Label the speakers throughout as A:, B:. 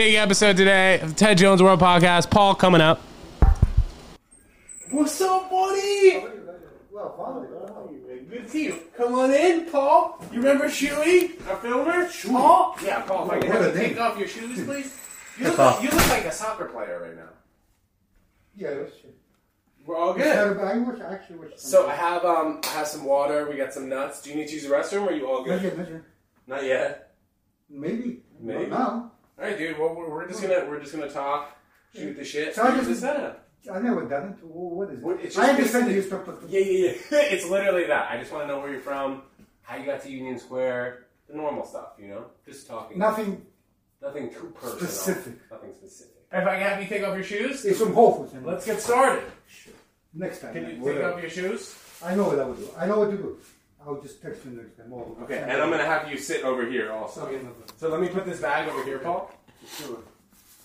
A: Big episode today of the Ted Jones World Podcast. Paul coming up.
B: What's up, buddy? Good to see you. Come on in, Paul. You remember Shuey, our filmer? Paul? Yeah, Paul, if I can
C: What
B: have
C: a
B: you take
C: name.
B: off your shoes, please. You look,
C: off.
B: you look like a soccer player right now.
C: Yeah, that's true.
B: We're all
C: Yeah, but I wish, I actually wish.
B: So I have um I have some water, we got some nuts. Do you need to use the restroom or are you all good?
C: measure, measure.
B: Not yet.
C: Maybe.
B: Maybe.
C: Not
B: Alright dude, well we're, we're just gonna we're just gonna talk, shoot the shit.
C: So I
B: Here's
C: just-
B: the setup.
C: now. I never done it. Wha- What is it?
B: What- it's
C: I
B: just
C: understand
B: basically-
C: you stuff, but
B: Yeah, yeah, yeah. it's literally that. I just wanna know where you're from, how you got to Union Square, the normal stuff, you know? Just talking.
C: nothing.
B: Nothing too personal.
C: Specific.
B: Nothing specific. If I can have you take off your shoes,
C: It's from Whole Foods. and
B: let's get started.
C: Next time.
B: Can you
C: Whatever.
B: take off your shoes?
C: I know what I would do. I know what to do. I'll just text you next time. Oh,
B: Okay, and I'm gonna have you sit over here also.
C: Okay, no problem.
B: So let me put this bag over here, Paul.
C: Sure.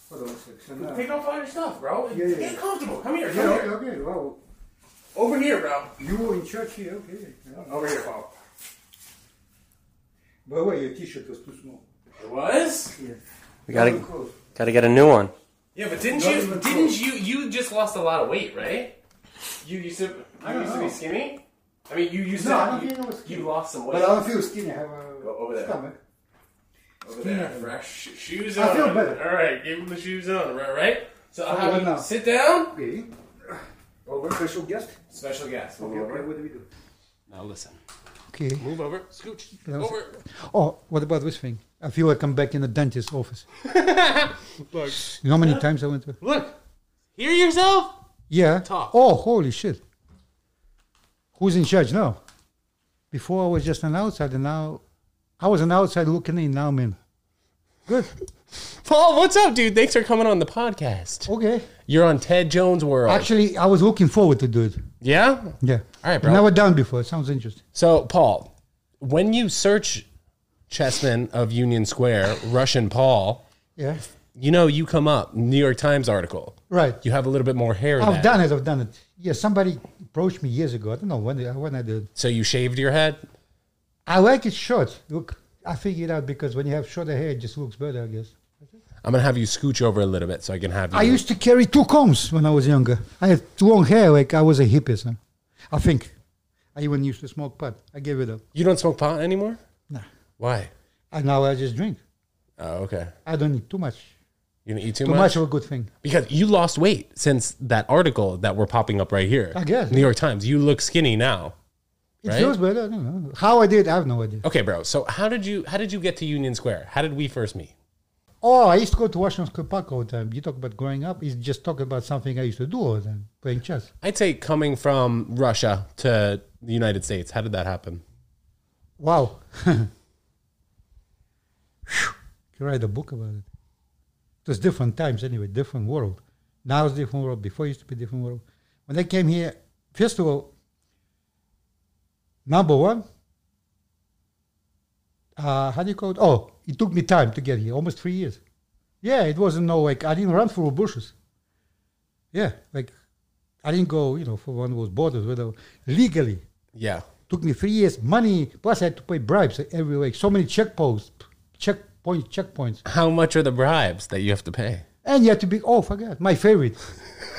C: Hold on a second.
B: Take off all your stuff, bro.
C: Yeah, yeah,
B: Get
C: yeah.
B: comfortable. Come here, come
C: Yeah, okay,
B: here.
C: okay. Well,
B: Over here, bro.
C: you were in church here. Okay. Yeah.
B: Over here, Paul.
C: By the way, your T-shirt was too small.
B: It was?
C: Yeah.
D: We gotta
C: Too close.
D: gotta get a new one.
B: Yeah, but didn't
C: Not
B: you
C: even
B: didn't
C: close.
B: you you just lost a lot of weight, right? You used to you
C: don't
B: used to be
C: know.
B: skinny? I mean you used
C: No,
B: to
C: I don't
B: you,
C: think I was skinny.
B: you lost some
C: But
B: weight.
C: I don't feel skinny. I have a
B: Go over there.
C: stomach.
B: Over there, fresh shoes on.
C: I feel better.
B: All right, give him the shoes on, right? right? So I'll
C: Okay,
B: have
C: what
B: you
C: now?
B: sit down.
C: Okay. Over. Special guest.
B: Special guest.
C: Okay, okay, what do we do?
A: Now listen.
C: Okay.
A: Move over. Scooch.
C: Yeah, I'm
A: Over.
C: Oh, what about this thing? I feel like I'm back in the dentist's office.
A: Look.
C: You know how many times I went to?
A: Look. Hear yourself?
C: Yeah.
A: Talk.
C: Oh, holy shit. Who's in charge now? Before I was just an outsider. Now I was an outside looking in. Now I'm in. Good.
A: Paul, what's up, dude? Thanks for coming on the podcast.
C: Okay.
A: You're on Ted Jones World.
C: Actually, I was looking forward to do it.
A: yeah?
C: Yeah.
A: All right, bro.
C: Never done before. Sounds interesting.
A: So, Paul, when you search Chessman of Union Square, Russian Paul,
C: Yeah.
A: you know you come up, New York Times article.
C: Right.
A: You have a little bit more hair
C: I've
A: than.
C: done it. I've done it. Yeah. Somebody approached me years ago. I don't know when. When I did.
A: So you shaved your head?
C: I like it short. Look, I figured out because when you have shorter hair, it just looks better, I guess.
A: I'm going to have you scooch over a little bit so I can have you.
C: I used to carry two combs when I was younger. I had long hair, like I was a hippie. Son. I think. I even used to smoke pot. I gave it up.
A: you don't smoke pot anymore?
C: Nah.
A: Why?
C: And now I just drink.
A: Oh, okay.
C: I don't need too much.
A: You gonna eat too,
C: Too
A: much?
C: much of a good thing.
A: Because you lost weight since that article that we're popping up right here.
C: I guess.
A: New York Times. You look skinny now.
C: It
A: Right?
C: feels better. I don't know. How I did, I have no idea.
A: Okay, bro. So how did you how did you get to Union Square? How did we first meet?
C: Oh, I used to go to Washington Square Park all the time. You talk about growing up, it's just talk about something I used to do all the time, playing chess.
A: I'd say coming from Russia to the United States. How did that happen?
C: Wow. Phew. Can write a book about it. It was different times anyway, different world. Now it's different world. Before it used to be different world. When I came here, first of all, number one, uh, how do you call it? Oh, it took me time to get here, almost three years. Yeah, it wasn't no like I didn't run through bushes. Yeah, like I didn't go, you know, for one of those borders whether legally
A: Yeah.
C: took me three years money plus i had to pay bribes every week so many check posts checkpoint checkpoints
A: How much are the bribes that you have to pay?
C: and you had to be oh forgot my favorite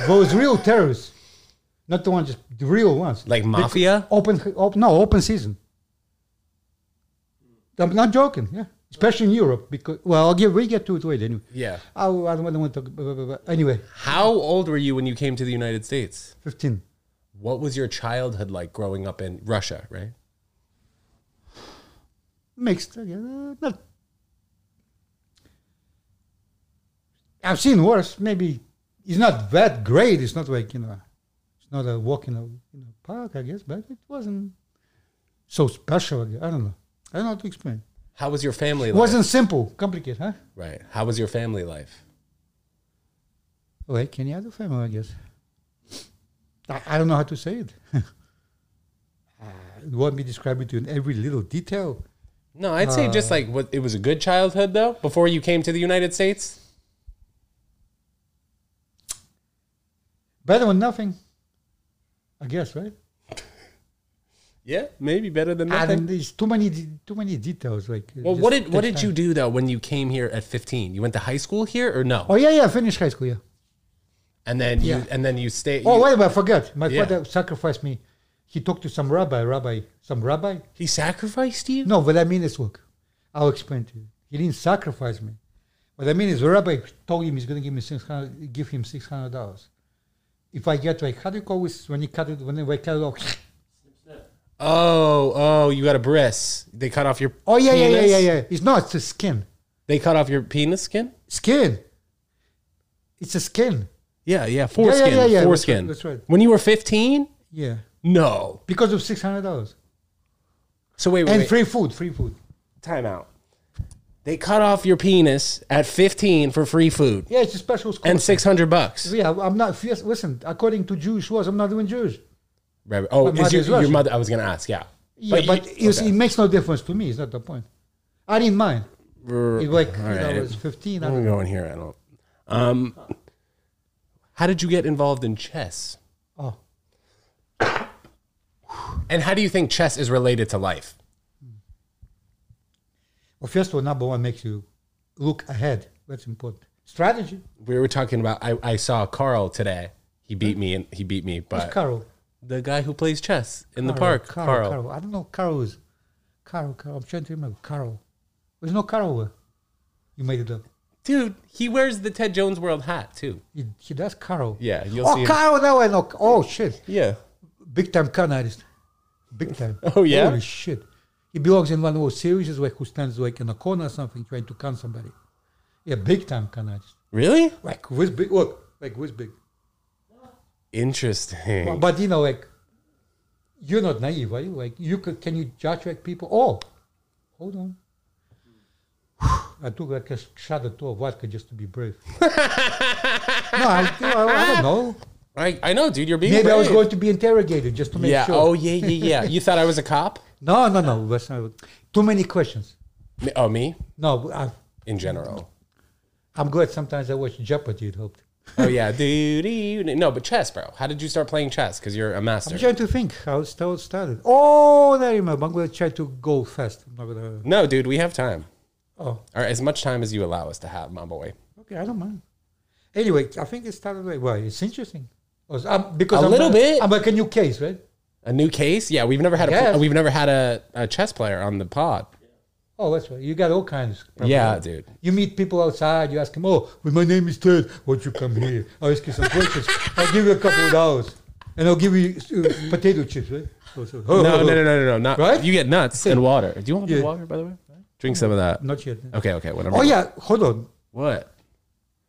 C: those real terrorists not the one just the real ones
A: Like mafia?
C: open op, no open season i'm not joking yeah especially in europe because well i'll give we get to it later anyway
A: Yeah.
C: i, I don't want to talk blah, blah, blah, blah. anyway
A: How old were you when you came to the United States?
C: 15
A: What was your childhood like growing up in Russia, right?
C: mixed. I guess. Uh, not. I've seen worse. Maybe it's not that great. It's not like you know, it's not a walk in a in a park, I guess. But it wasn't so special. I guess. I don't know. I don't know how to explain.
A: How was your family
C: It
A: life?
C: wasn't simple, complicated, huh?
A: right. How was your family life?
C: Like any other family, I guess. I, I don't know how to say it. uh, you want me to describe it to you in every little detail?
A: No, I'd say just like what it was a good childhood though before you came to the United States.
C: Better than nothing, I guess, right?
A: Yeah, maybe better than
C: I
A: nothing.
C: don't, there's too many de- too many details. Like uh,
A: well,
C: just
A: what did what
C: takes
A: did you
C: time.
A: do though when you came here at 15? You went to high school here or no?
C: Oh yeah, yeah. Finish high school. Yeah.
A: And then you
C: Yeah.
A: and then you stay.
C: Oh
A: you-
C: wait, but I forgot. My
A: Yeah.
C: father sacrificed me. He talked to some rabbi, rabbi, some rabbi.
A: He sacrificed you.
C: No, what I mean is, look, I'll explain to you. He didn't sacrifice me. What I mean is, the rabbi told him he's going to give me six hundred, give him six hundred dollars. If I get like, how do you call this when you cut it? When they cut it off?
A: Oh, oh, you got a bris. They cut off your.
C: Oh yeah, yeah, yeah,
A: penis?
C: yeah, yeah. It's not. It's a skin.
A: They cut off your penis skin.
C: Skin. It's a skin.
A: Yeah, yeah, foreskin,
C: yeah, yeah, that's
A: foreskin.
C: right, that's right.
A: When you were 15?
C: Yeah.
A: No.
C: Because of six hundred dollars
A: So wait, wait,
C: and
A: wait.
C: free food, free food.
A: time out. They cut off your penis at 15 for free food
C: Yeah, it's a special school.
A: and 600 bucks.
C: Yeah, I'm not. fierce- Listen, according to Jewish laws, I'm not even Jewish.
A: Right. Oh,
C: My
A: is your,
C: mother's Russian.
A: your mother? I was gonna ask. Yeah.
C: Yeah, but,
A: you,
C: it's, it makes no difference to me. It's not the point. I didn't mind. It was like
A: All
C: you know,
A: right.
C: I was 15. I
A: I'm
C: don't-
A: going here. I don't. Um, how did you get involved in chess?
C: oh,
A: And how do you think chess is related to life?
C: well, first of all, number one makes you look ahead. That's important. Strategy.
A: We were talking about. I, I saw Carl today. He beat me, and he beat me.
C: Who's
A: But
C: Carol?
A: the guy who plays chess in the park,
C: Carol,
A: Carl.
C: Carol. I don't know. Carol is Carol. Carol. I'm trying to remember. Carol. There's no Carol. There. You made it up.
A: Dude, he wears the Ted Jones World hat too.
C: He, he does Carol.
A: Yeah, you'll see
C: Oh,
A: him-
C: Carol. Now I know. Oh shit.
A: Yeah.
C: Big time con artist. Big time.
A: Oh, yeah?
C: Holy shit. He belongs in one of those series like who stands like in a corner or something trying to con somebody. Yeah, big time con artist.
A: Really?
C: Like who's big look, like who's big.
A: Interesting.
C: But, but, you know, like you're not naive, are you? Like you could can you judge like people? Oh hold on. I took like a shot or two of vodka just to be brave. no, I, I, I don't know.
A: I, I know, dude. You're being.
C: Maybe I was
A: brave.
C: going to be interrogated just to make
A: Yeah.
C: sure.
A: Oh yeah yeah yeah. you thought I was a cop?
C: No, no, no. that's not what- Too many questions.
A: Me- Oh me
C: No, I,
A: in general.
C: I'm glad sometimes I watch Jeopardy, it helped.
A: Oh yeah. Dude. e, No, but chess, bro. How did you start playing chess? Because you're a master.
C: I'm trying to think how it sta- started. Oh, I remember. I'm going to try to go fast. I'm not gonna,
A: no, dude. We have time.
C: oh,
A: All right, as much time as you allow us to have, my boy.
C: okay. I don't mind. Anyway, I think it started like, well, it's interesting. Was- I'm- because
A: A
C: I'm
A: little
C: a-
A: bit.
C: I'm like a new case, right?
A: A new case? Yeah, we've never had a
C: Yes.
A: we've never had a, a chess player on the pod.
C: Oh, that's right. You got all kinds. probably.
A: Yeah, dude.
C: You meet people outside. You ask them, oh, well, my name is Ted. Won't you come here? I'll ask you some questions. I'll give you a couple of dollars. And I'll give you uh, potato chips, right? So- so- oh,
A: No, no, no, no, no, no. Not
C: Right?
A: you get nuts and water. Do you want
C: Yeah.
A: water, by the way? Drink some of that.
C: Not yet.
A: Okay, okay, whatever.
C: Oh, yeah. Hold on.
A: What?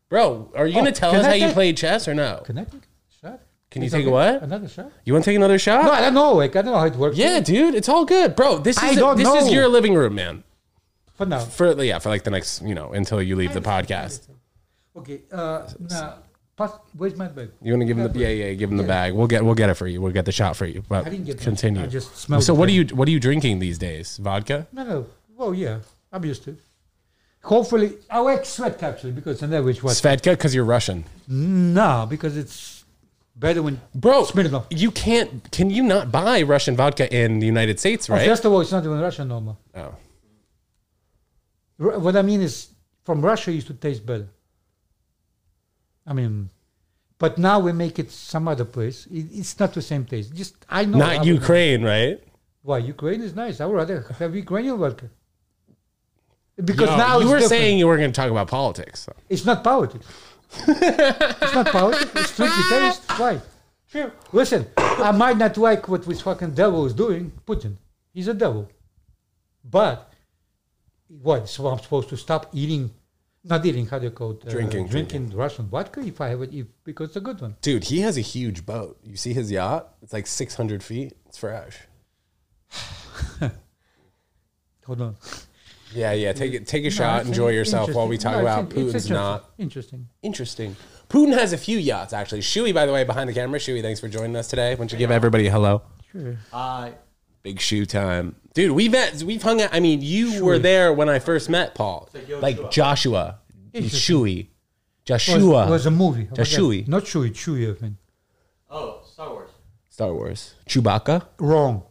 A: Bro, are you gonna
C: Oh,
A: tell
C: can
A: us
C: I
A: how you
C: take-
A: played chess or no?
C: Connecting? Shot?
A: Can you
C: Is
A: take a
C: that
A: what?
C: Another shot?
A: You wanna take another shot?
C: No, I don't know. Like, I don't know how it works.
A: Yeah, dude, it's all good. Bro, this is
C: I don't
A: this is
C: know.
A: your living room, man.
C: For now.
A: For yeah, for like the next, you know, until you leave the podcast.
C: Okay. Uh, now, pass, where's my bag?
A: You want to give him the yeah, yeah, give him the bag. We'll get we'll get it for you. We'll get the shot for you. But
C: I didn't get that.
A: continue.
C: I just smelled
A: so
C: it.
A: what are you what are you drinking these days? Vodka?
C: No, no. Well, yeah. I'm used to it. Hopefully, I like sweat actually because I know which was.
A: Svedka because you're Russian.
C: No, because it's better when.
A: Bro,
C: Smirnoff.
A: you can't can you not buy Russian vodka in the United States, right?
C: First of all, it's not even Russian no more.
A: oh.
C: Ru- What I mean is, from Russia, it used to taste better. I mean, but now we make it some other place. It, it's not the same taste. Just I know. I
A: Not
C: would-
A: Ukraine, right?
C: Why Ukraine is nice. I would rather have Ukrainian vodka. Because
A: No,
C: now
A: you
C: it's
A: were
C: different.
A: saying you were going to talk about politics. so.
C: it's not politics. it's not politics. It's strictly taste. Why? Sure. Listen, I might not like what this fucking devil is doing, Putin. He's a devil. But what? So I'm supposed to stop eating, not eating. How do you call it? Uh,
A: Drinking,
C: drinking Russian vodka if I have it, if, because it's a good one.
A: Dude, he has a huge boat. You see his yacht? It's like 600 feet. It's fresh.
C: Hold on.
A: Yeah, yeah. Take it. Take a
C: Mm. No,
A: shot.
C: it's
A: Enjoy yourself while we
C: interesting.
A: talk
C: No,
A: about
C: it's in- it's
A: Putin's not
C: Interesting.
A: interesting. Putin has a few yachts actually. Shui, by the way, behind the camera. Shui, thanks for joining us today. Why don't you give everybody a hello?
C: Sure.
D: I
A: Big shoe time, dude. We've met, we've hung out. I mean, you were there when I first met Paul,
D: like Yoshua.
A: like Joshua,
C: Interesting.
A: Shui,
C: was,
A: Joshua,
C: was a movie.
A: The Chewie.
C: Not Chewie, Chewie, I think.
D: oh Star Wars.
A: Star Wars, Chewbacca.
C: Wrong.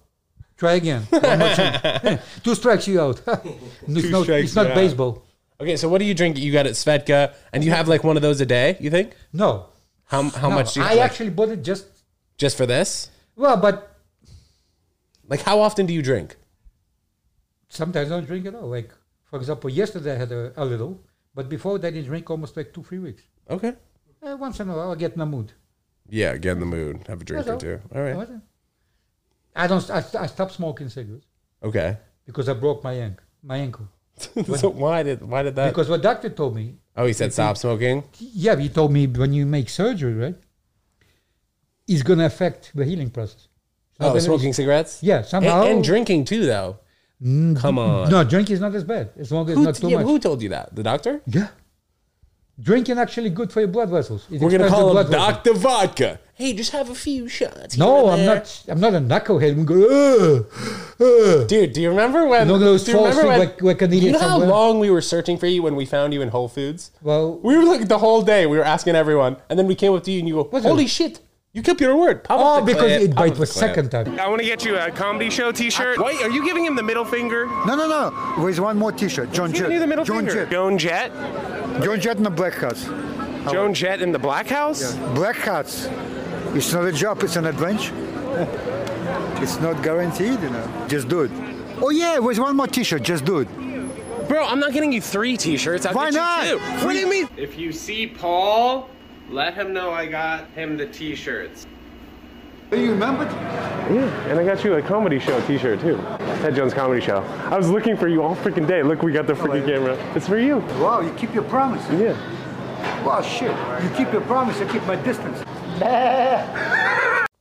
C: Try again. One more chance. Two strikes you out. it's not,
D: strikes
C: it's not
D: you out.
C: baseball.
A: Okay, so what do you drink? You got it, Svetka, and you have like one of those a day. You think?
C: No.
A: How how
C: no.
A: much do you
C: I
A: like,
C: actually bought it just
A: just for this?
C: well, but
A: Like, how often do you drink?
C: sometimes I don't drink at all. Like for example, yesterday I had a, a little, but before that I didn't drink almost like two, three weeks.
A: Okay.
C: Uh, once in a while I get in the mood.
A: Yeah, get in the mood, have a drink or
C: That's
A: two. All right.
C: I don't. I, I stopped smoking cigarettes
A: Okay.
C: because I broke my ankle. My ankle.
A: so why did why did that?
C: Because what doctor told me
A: Oh, he said stop smoking.
C: yeah, he told me when you make surgery, right, it's going to affect the healing process. It's not
A: Oh,
C: gonna-
A: smoking cigarettes.
C: Yeah,
A: And,
C: somehow. Mm-hmm.
A: and drinking too, though. Come on.
C: No, drinking is not as bad as long as
A: who,
C: not too
A: yeah,
C: much.
A: who told you that? The doctor?
C: yeah. Drinking actually good for your blood vessels. It
A: We're gonna
C: expands the
A: call him
C: blood vessels.
A: Doctor Vodka. Hey, just have a few shots. here
C: No,
A: and
C: I'm
A: there.
C: not. I'm not a knucklehead. We go. Ugh,
A: Dude, do you remember when?
C: No, those
A: do you
C: false
A: remember
C: things
A: when-
C: like- like an idiot
A: You know how
C: somewhere?
A: long we were searching for you when we found you in Whole Foods?
C: Well,
A: We were like the whole day. We were asking everyone, and then we came up to you and you go,
C: What's
A: "Holy shit, you kept your word." Pop
C: oh,
A: up the
C: because
A: clip,
C: it
A: pop up
C: bite
A: the
C: was
A: clip.
C: second time.
B: I want to get you a comedy show T-shirt. Wait, are you giving him the middle finger?
E: No, no, no. With one more T-shirt. John
B: Give
E: Jett.
B: me the middle
E: John
B: finger.
E: Jett.
B: Joan Jett.
E: John Jett in the Black Hats.
B: Joan Jett in the Black House.
E: Black Hats. It's not a job. It's an adventure. it's not guaranteed, you know. Just do it. Oh yeah, with one more T-shirt. Just do it.
B: Bro, I'm not getting you three T-shirts. I'll
E: Why
B: get
E: not?
B: you two. What do you mean? If you see Paul, let him know I got him the T-shirts.
E: You remember?
B: And I got you a comedy show T-shirt too. Ted Jones comedy show. I was looking for you all freaking day. Look, we got the freaking camera. It's for you.
E: Wow, you keep your promise.
B: Yeah.
E: Wow, shit. You keep your promise. I keep my distance.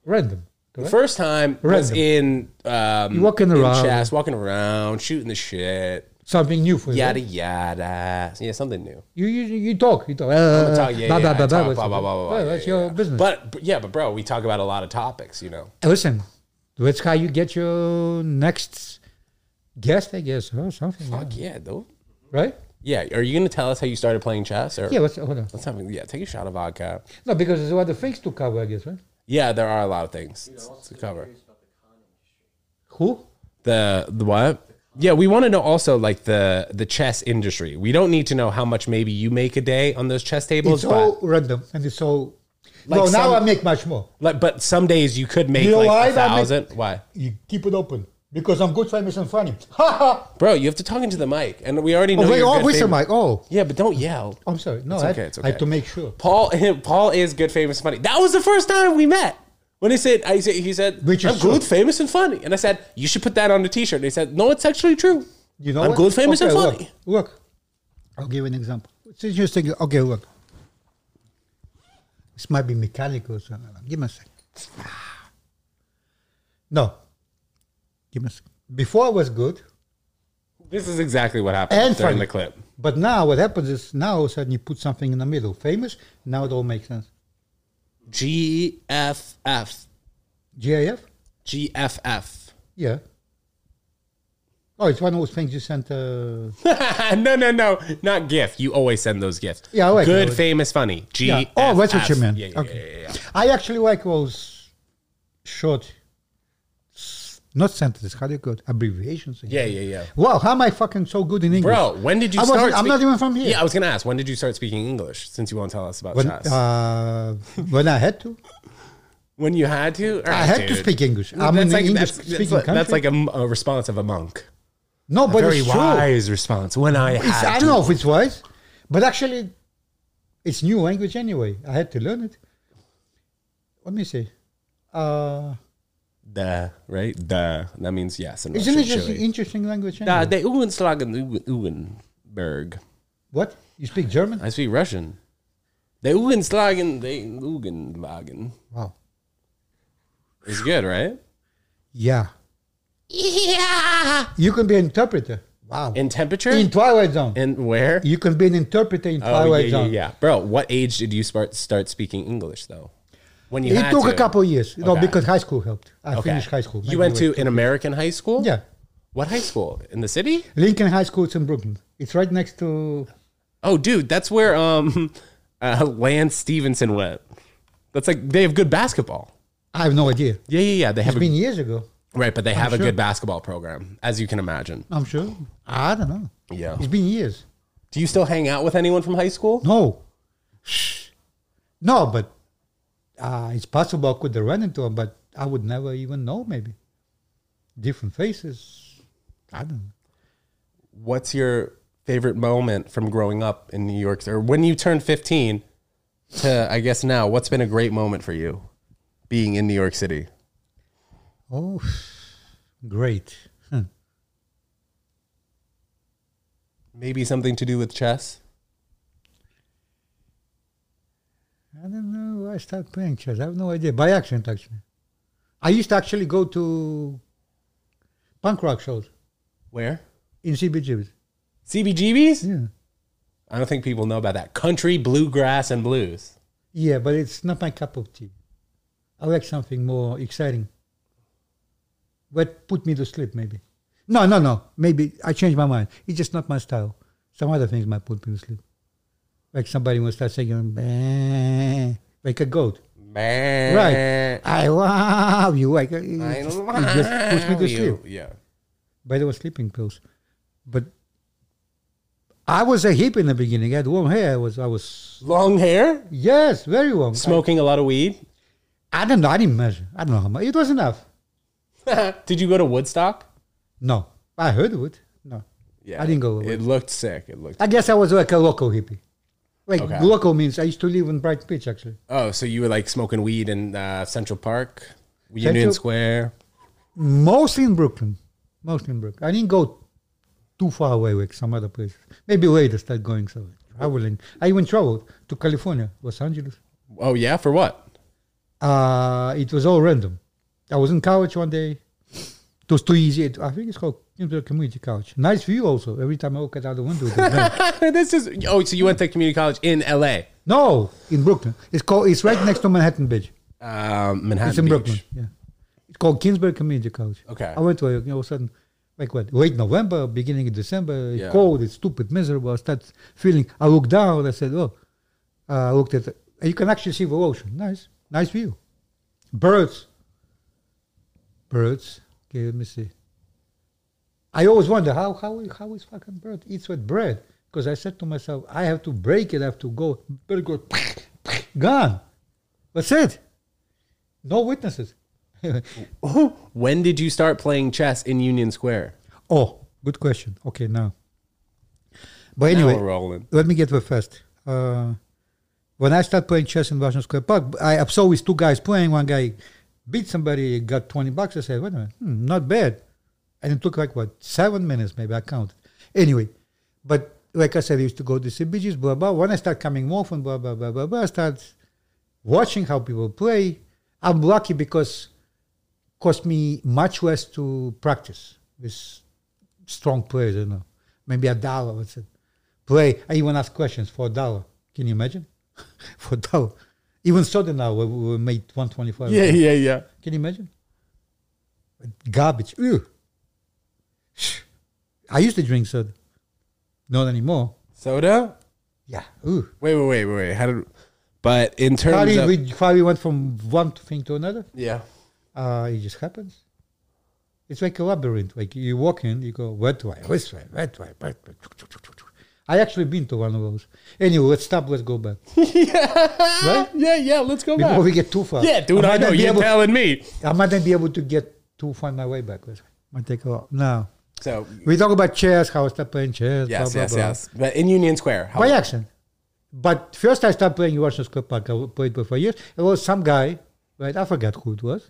C: Random.
A: The
C: correct?
A: first time was
C: Random.
A: in um,
C: You walking
A: in
C: around.
A: Chas, walking around, shooting the shit,
C: Something new for you.
A: yada
C: right?
A: yada. Yeah, something new.
C: You, you you talk. You talk. Uh,
A: I'm talk- yeah,
C: blah,
A: yeah, I
C: blah, blah,
A: talk,
C: blah,
A: blah, blah, blah, blah,
C: Well,
A: yeah,
C: that's
A: yeah,
C: your
A: yeah.
C: business.
A: But, but yeah, but bro, we talk about a lot of topics, you know.
C: Listen, that's how you get your next guest, I guess, or something.
A: Fuck yeah, though.
C: Right?
A: Yeah, are you gonna tell us how you started playing chess? Or
C: Yeah, what's, hold on.
A: let's have a- yeah, take a shot of vodka.
C: No, because there's other things to cover, I guess, right?
A: Yeah, there are a lot of things to cover.
C: Who?
A: The the what? Yeah, we want to know also like the the chess industry. We don't need to know how much maybe you make a day on those chess tables,
C: It's
A: but
C: all random and it's all.
A: Like
C: no, now I
A: some-
C: make much more.
A: like but some days you could make
C: You know why
A: like a
C: that make-
A: thousand. why?
C: You keep it open because I'm good famous and funny. Ha ha!
A: Bro, you have to talk into the mic, and we already know.
C: Oh, wait,
A: you're a
C: oh,
A: good
C: whistle
A: fam-
C: mic. Oh,
A: Yeah, but don't yell.
C: I'm sorry. No,
A: It's
C: I,
A: okay, it's
C: I
A: okay.
C: had to make sure.
A: Paul, Paul is good, famous, and funny. That was the first time we met. When he said, I said, he said,
C: Which is
A: I'm good,
C: true.
A: famous, and funny. And I said, you should put that on the T-shirt. And he said, no, it's actually true.
C: You know
A: I'm
C: what?
A: good, famous, and
C: look,
A: funny.
C: Look, I'll give you an example. It's interesting. Okay, look. This might be mechanical or something. Give me a sec. No. Give me a sec. Before I was good,
A: This is exactly what happened
C: And
A: during
C: funny.
A: the clip.
C: but now what happens is now all of a sudden you put something in the middle. Famous, now it all makes sense.
A: GFF.
C: GIF?
A: GFF.
C: Yeah. Oh, it's one of those things you sent. Uh,
A: no, no, no. Not GIF. You always send those GIFs.
C: Yeah, I like
A: Good,
C: those.
A: famous, funny. GFF.
C: yeah. Oh, that's what you meant.
A: Yeah, yeah,
C: okay.
A: yeah, yeah, yeah.
C: I actually like those short, s- not sentences. How do you call it? Abbreviations. I
A: Yeah,
C: guess.
A: yeah, yeah.
C: Wow, how am I fucking so good in English?
A: Bro, when did you
C: I
A: start?
C: wasn't- I'm
A: speak-
C: not even from here.
A: Yeah, I was going to ask, when did you start speaking English since you won't tell us about
C: when,
A: chess?
C: uh, when I had to,
A: When you had to? All
C: I
A: right,
C: had to
A: dude.
C: speak English.
A: Well,
C: I'm
A: that's
C: in an
A: like,
C: English
A: that's, that's
C: speaking
A: like-
C: country.
A: that's like a, m- a response of a monk.
C: no, but
A: Very
C: it's true.
A: wise response. When I
C: It's,
A: had to.
C: I don't know if it's wise, but actually, it's new language anyway. I had to learn it. Let me see. Uh,
A: Duh, right? Duh. That means yes. In
C: it's an
A: Russian,
C: interesting,
A: surely.
C: interesting language.
A: Da,
C: Anyway.
A: de Uhlenslagen Ugen- Ugenberg.
C: what? You speak German?
A: I speak Russian. The Uhlenslagen, the Ugenwagen.
C: wow.
A: It's good, right?
C: Yeah. Yeah. You can be an interpreter. Wow.
A: In temperature?
C: In Twilight Zone.
A: and where?
C: You can be an interpreter in
A: Oh,
C: Twilight
A: yeah, yeah,
C: Zone.
A: yeah. Bro, what age did you start, start speaking English, though? When you
C: It
A: had
C: took
A: to.
C: a couple of years. No,
A: Okay.
C: because high school helped. I
A: Okay.
C: finished high school.
A: You went
C: Maybe
A: to an American high school?
C: like- Yeah.
A: What high school? In the city?
C: Lincoln High School is in Brooklyn. It's right next to.
A: Oh, dude, that's where um, uh, Lance Stevenson went. That's like they have good basketball.
C: I have no idea.
A: Yeah, yeah, yeah. They have
C: It's
A: a,
C: been years ago.
A: Right, but they have a
C: sure.
A: good basketball program, as you can imagine.
C: I'm sure. I don't know.
A: Yeah.
C: It's been years.
A: Do you still hang out with anyone from high school?
C: No. Shh. No, but uh, it's possible I could run into him, but I would never even know, maybe. Different faces. I don't know.
A: What's your favorite moment from growing up in New York, or when you turned fifteen to I guess now? What's been a great moment for you, being in New York City?
C: Oh, great. Hmm.
A: Maybe something to do with chess.
C: I don't know. why I started playing chess. I have no idea. By accident, actually. I used to actually go to punk rock shows
A: Where?
C: in CBGBs.
A: CBGBs?
C: Yeah.
A: I don't think people know about that. Country, bluegrass, and blues.
C: Yeah, but it's not my cup of tea. I like something more exciting. But put me to sleep, maybe. No, no, no. Maybe I changed my mind. It's just not my style. Some other things might put me to sleep. Like somebody will start singing, "Bah," like a goat.
A: Man.
C: Right. I love you. Like, it
A: I
C: just, it just puts me
A: love
C: to
A: you.
C: sleep.
A: Yeah.
C: By the way, sleeping pills. But I was a hippie in the beginning. I had warm hair. I was, I was,
A: Long hair?
C: yes, very warm. I-
A: Smoking a lot of weed?
C: I don't know. I didn't measure. I don't know how much. It was enough.
A: Did you go to Woodstock?
C: No, I heard of it. No,
A: Yeah.
C: I didn't go to
A: It looked sick. It looked.
C: I guess I was like a local hippie. Like
A: Okay.
C: local means I used to live in Bright Beach actually.
A: Oh, so you were like smoking weed in uh, Central Park, Union
C: Central-
A: Square.
C: Mostly in Brooklyn. Mostly in Brooklyn. I didn't go too far away like some other places. Maybe later start going somewhere. Traveling. I even traveled to California, Los Angeles.
A: Oh yeah, for what?
C: Uh, it was all random. I was in college one day. It was too easy. It- I think it's called Kimberly Community College. Nice view also. Every time I look out the window. it's nice.
A: this is. Oh, so you went to community college in L.A.
C: no, in Brooklyn. It's called. It's right next to Manhattan Beach.
A: Um, Manhattan
C: It's in
A: Beach.
C: Brooklyn. Yeah, it's called Kingsbury Community College.
A: Okay.
C: I went to it. You know, all of a sudden, like what? Late November, beginning of December. It's
A: Yeah.
C: cold. It's stupid, miserable. I start feeling. I looked down. I said, "Oh," uh, I looked at. You can actually see the ocean. Nice, nice view. Birds. Birds. Okay, let me see. I always wonder how how how is fucking bird eats with bread because I said to myself I have to break it I have to go bird goes gone that's it no witnesses
A: When did you start playing chess in Union Square?
C: oh good question okay now but
A: Now
C: anyway
A: we're rolling.
C: let me get there first uh, when I started playing chess in Washington Square Park I I saw these two guys playing one guy beat somebody got 20 bucks I said wait a minute hmm, not bad and it took like what seven minutes maybe I counted. Anyway, but like I said, I used to go to CBGs, blah blah. When I start coming more often, blah blah blah blah blah, I start watching how people play. I'm lucky because cost me much less to practice with strong players. I don't know, maybe a dollar. That's it. Play. I even ask questions for a dollar. Can you imagine? for a dollar. Even so, now we we made one twenty-five.
A: Yeah, yeah, yeah.
C: Can you imagine? Garbage. Ew. I used to drink soda. Not anymore.
A: Soda.
C: Yeah. Ooh.
A: Wait, wait, wait, wait, wait. How did? But in terms
C: Probably
A: of
C: we, probably went from one thing to another.
A: yeah,
C: Uh, it just happens. It's like a labyrinth. Like you walk in, you go what way, this way, that way. That way. I actually been to one of those. Anyway, let's stop. Let's go back
A: yeah, yeah, yeah. Let's go
C: before
A: back.
C: we get too far.
A: yeah, dude,
C: might
A: I, know.
C: not be
A: You're
C: able-
A: telling me.
C: I might not be able to get to find my way back. Let's- Might take a while. No.
A: So
C: We talk about chess, how I start playing chess.
A: yes,
C: blah, blah,
A: yes,
C: blah.
A: yes. But in Union Square, how
C: By accident. But first I started playing Russian Square Park. I played for years. It was some guy, right? I forgot who it was.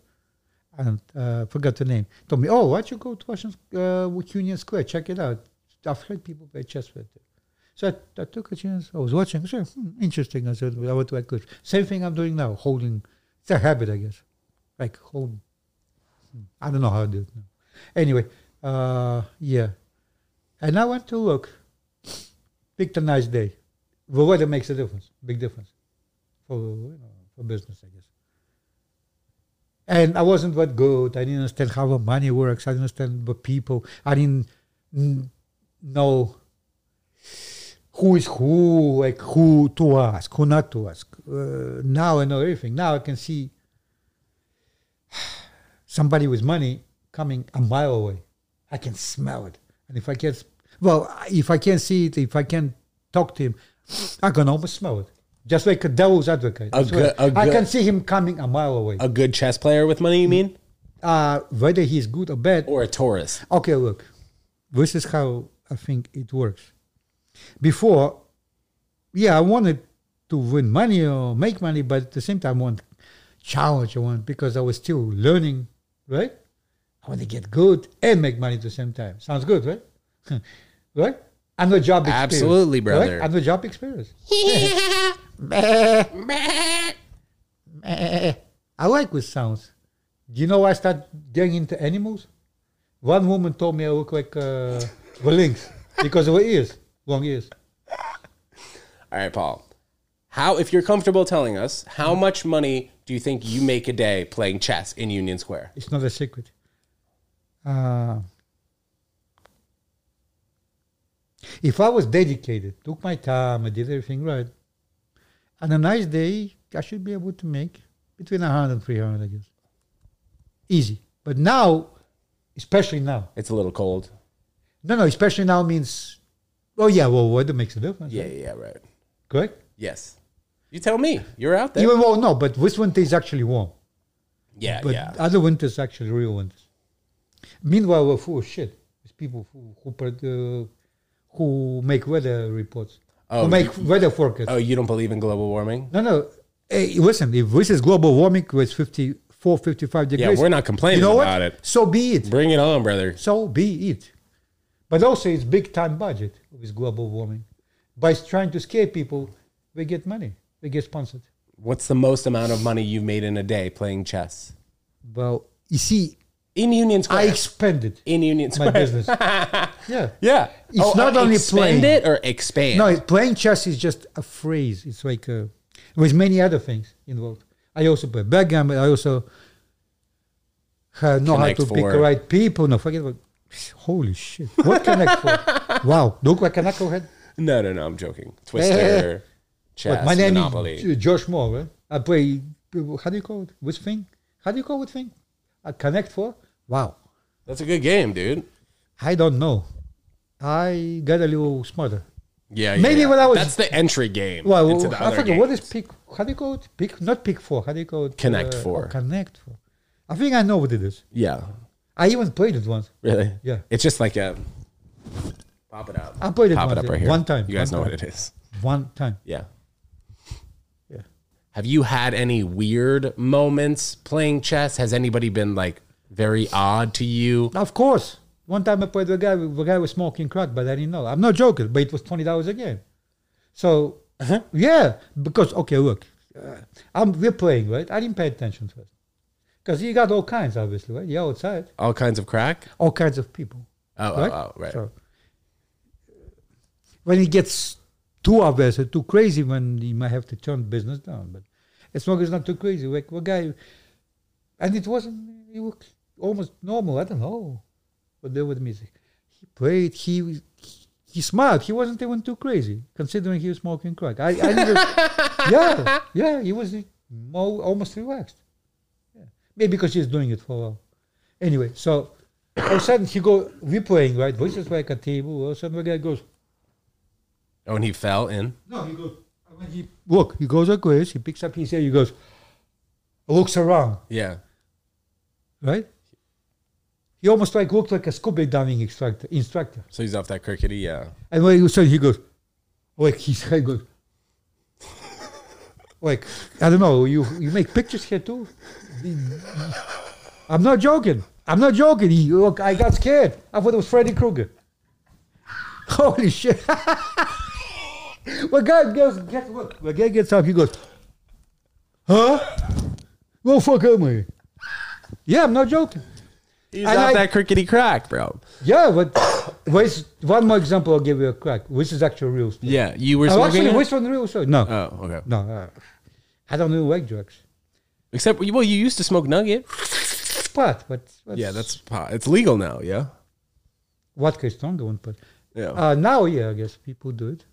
C: I don't, uh, forgot the name. Told me, oh, why don't you go to Russian uh, Union Square? Check it out. I've heard people play chess with it. So I, I took a chance. I was watching. I said, hmm, interesting. I said, I went to that coach. Same thing I'm doing now, holding. It's a habit, I guess. Like holding. Hmm. I don't know how to do it now. Anyway, uh, yeah. And I went to look picked a nice day. The weather makes a difference, big difference for you know, for business, I guess. And I wasn't that good. I didn't understand how the money works. I didn't understand the people. I didn't n- know who is who, like who to ask, who not to ask. Uh, now I know everything. Now I can see somebody with money coming a mile away. I can smell it, and if I can't, well, if I can't see it, if I can't talk to him, I can almost smell it. Just like a devil's advocate.
A: A
C: That's what-
A: good- a
C: I can
A: good-
C: see him coming a mile away.
A: A good chess player with money, you mean?
C: Uh, whether he's good or bad,
A: Or a tourist?
C: okay, look, this is how I think it works. Before, yeah, I wanted to win money or make money, but at the same time, I want challenge. I want because I was still learning, right? I want to get good and make money at the same time. Sounds good, right? right? I'm the job experience.
A: Absolutely,
C: right?
A: brother.
C: I'm the job experience. Meh. I like with sounds. Do you know I start getting into animals? One woman told me I look like uh, the lynx because of her ears, long ears.
A: All right, Paul. How, if you're comfortable telling us, how much money do you think you make a day playing chess in Union Square?
C: It's not a secret. Uh, if I was dedicated, took my time, I did everything right, on a nice day, I should be able to make between 100 and 300, I guess. Easy. But now, especially now,
A: It's a little cold.
C: no, no, especially now means, oh yeah, well, weather makes a difference.
A: Yeah, yeah, yeah, right.
C: Correct?
A: Yes. You tell me. You're out there.
C: Even well, no, but this winter is actually warm.
A: yeah,
C: But
A: yeah.
C: other winters actually real winters. Meanwhile, we're full of shit. It's people who who, put, uh, who make weather reports,
A: Oh,
C: who make weather forecasts.
A: oh, you don't believe in global warming?
C: No, no. Hey, listen, if this is global warming with 54, 55 degrees.
A: we're not complaining
C: you know
A: about
C: what?
A: it.
C: So be it.
A: Bring it on, brother.
C: So be it. But also, it's big time budget with global warming. By trying to scare people, they get money, they get sponsored.
A: What's the most amount of money you've made in a day playing chess?
C: Well, you see,
A: In Union Square.
C: I expanded
A: in Union
C: my
A: Square.
C: business. yeah.
A: Yeah. Oh, uh,
C: It's not only
A: expand
C: playing.
A: it or expand.
C: No, it- playing chess is just a phrase. It's like uh, with many other things involved. I also play backgammon. I also uh, know
A: Connect
C: how to pick
A: four.
C: the right people. No, forget about. Holy shit! What connect for? Wow, look like a knucklehead.
A: no, no, no, I'm joking. Twister, chess,
C: But my name
A: Monopoly.
C: is Josh Moore. Right? I play. How do you call it? Which thing? How do you call it thing? A connect for? Wow,
A: That's a good game, dude.
C: I don't know. I got a little smarter.
A: Yeah,
C: Maybe
A: yeah.
C: when I was-
A: That's the entry game.
C: Well,
A: into the
C: I
A: other
C: forget
A: game.
C: what is pick. How do you call it? Pick, not pick four. How do you call it?
A: Connect
C: Uh,
A: four.
C: oh, connect four. I think I know what it is.
A: Yeah,
C: I even played it once.
A: really.
C: Yeah.
A: it's just like a pop it up.
C: I played it
A: pop it
C: once,
A: up
C: yeah.
A: right here.
C: One time,
A: You guys
C: one
A: know
C: time.
A: what it is.
C: One time.
A: Yeah.
C: Yeah.
A: Have you had any weird moments playing chess? Has anybody been like very odd to you?
C: Of course. One time I played with a guy. The guy was smoking crack, but I didn't know. I'm not joking. But it was twenty dollars a game. So
A: Uh-huh.
C: yeah, because okay, look, uh, I'm we're playing right. I didn't pay attention to it because you got all kinds, obviously, right? You're outside,
A: All kinds of crack.
C: all kinds of people.
A: Oh,
C: right?
A: oh, oh right.
C: So, when it gets too obvious or too crazy, when you might have to turn business down. But as long as it's not too crazy, like a guy, and it wasn't, it was almost normal. I don't know what there with music. He played, he, was- he, he smiled. He wasn't even too crazy, considering he was smoking crack. I, I didn't, yeah, yeah, he was mo- almost relaxed. Yeah. Maybe because he's doing it for a while. Anyway, so all of a sudden he go, we playing, right? This is like a table. All of a sudden the guy goes,
A: Oh, and he fell in.
C: no, he goes, I mean, he, look, he goes like this, he picks up his hair, he goes, looks around,
A: Yeah.
C: right? He almost like looked like a scuba diving instructor, instructor.
A: So he's off that crickety. uh, Yeah.
C: And when he was he goes, like his head goes, like I don't know. You you make pictures here too. I'm not joking. I'm not joking. He, look, I got scared. I thought it was Freddy Krueger. Holy shit! well, guy goes, guess what? The guy gets up. He goes, huh? Well, fuck am I? Yeah, I'm not joking.
A: He's
C: And
A: off
C: I-
A: that crickety crack, bro.
C: Yeah, but where's one more example? I'll give you a crack. Which is actually real story.
A: Yeah, you were
C: Oh,
A: smoking.
C: actually,
A: it?
C: which one real story? No,
A: oh, okay.
C: no, uh, I don't do like drugs.
A: Except, well, you used to smoke nugget.
C: But but but
A: Yeah, that's pot. It's legal now. Yeah.
C: vodka is stronger one. But
A: Yeah.
C: uh, now, yeah, I guess people do it.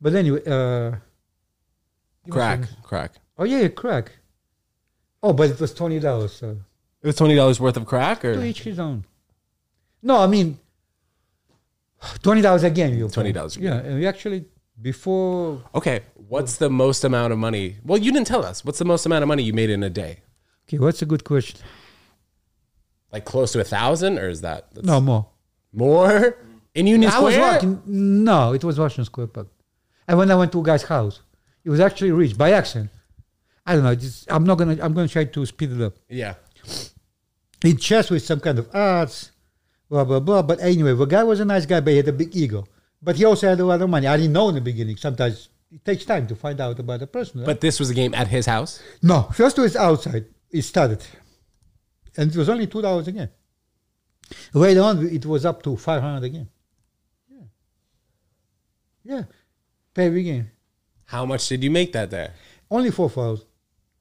C: But anyway, uh,
A: crack, crack.
C: oh yeah, yeah, crack. Oh, but it was twenty dollars. So
A: It was twenty dollars worth of crack,
C: To
A: or
C: each his own. No, I mean, twenty dollars a game. You
A: $20 a
C: Yeah, and we actually before
A: okay. What's the most amount of money? Well, you didn't tell us. What's the most amount of money you made in a day?
C: okay, what's a good question?
A: Like close to a thousand, or is that that's
C: No more.
A: more in Union
C: I was
A: Square?
C: walking. No, it was Russian Square Park. And when I went to a guy's house, he was actually rich by accident. I don't know. Just, I'm not gonna. I'm gonna try to speed it up.
A: Yeah,
C: He chess with some kind of arts, blah blah blah. But anyway, the guy was a nice guy, but he had a big ego. But he also had a lot of money. I didn't know in the beginning. Sometimes it takes time to find out about a person. right?
A: but this was a game at his house.
C: no, first was outside. It started, and it was only two dollars a game. Later on, it was up to five hundred a game. Yeah, yeah, pay every game.
A: How much did you make that day?
C: Only four thousand.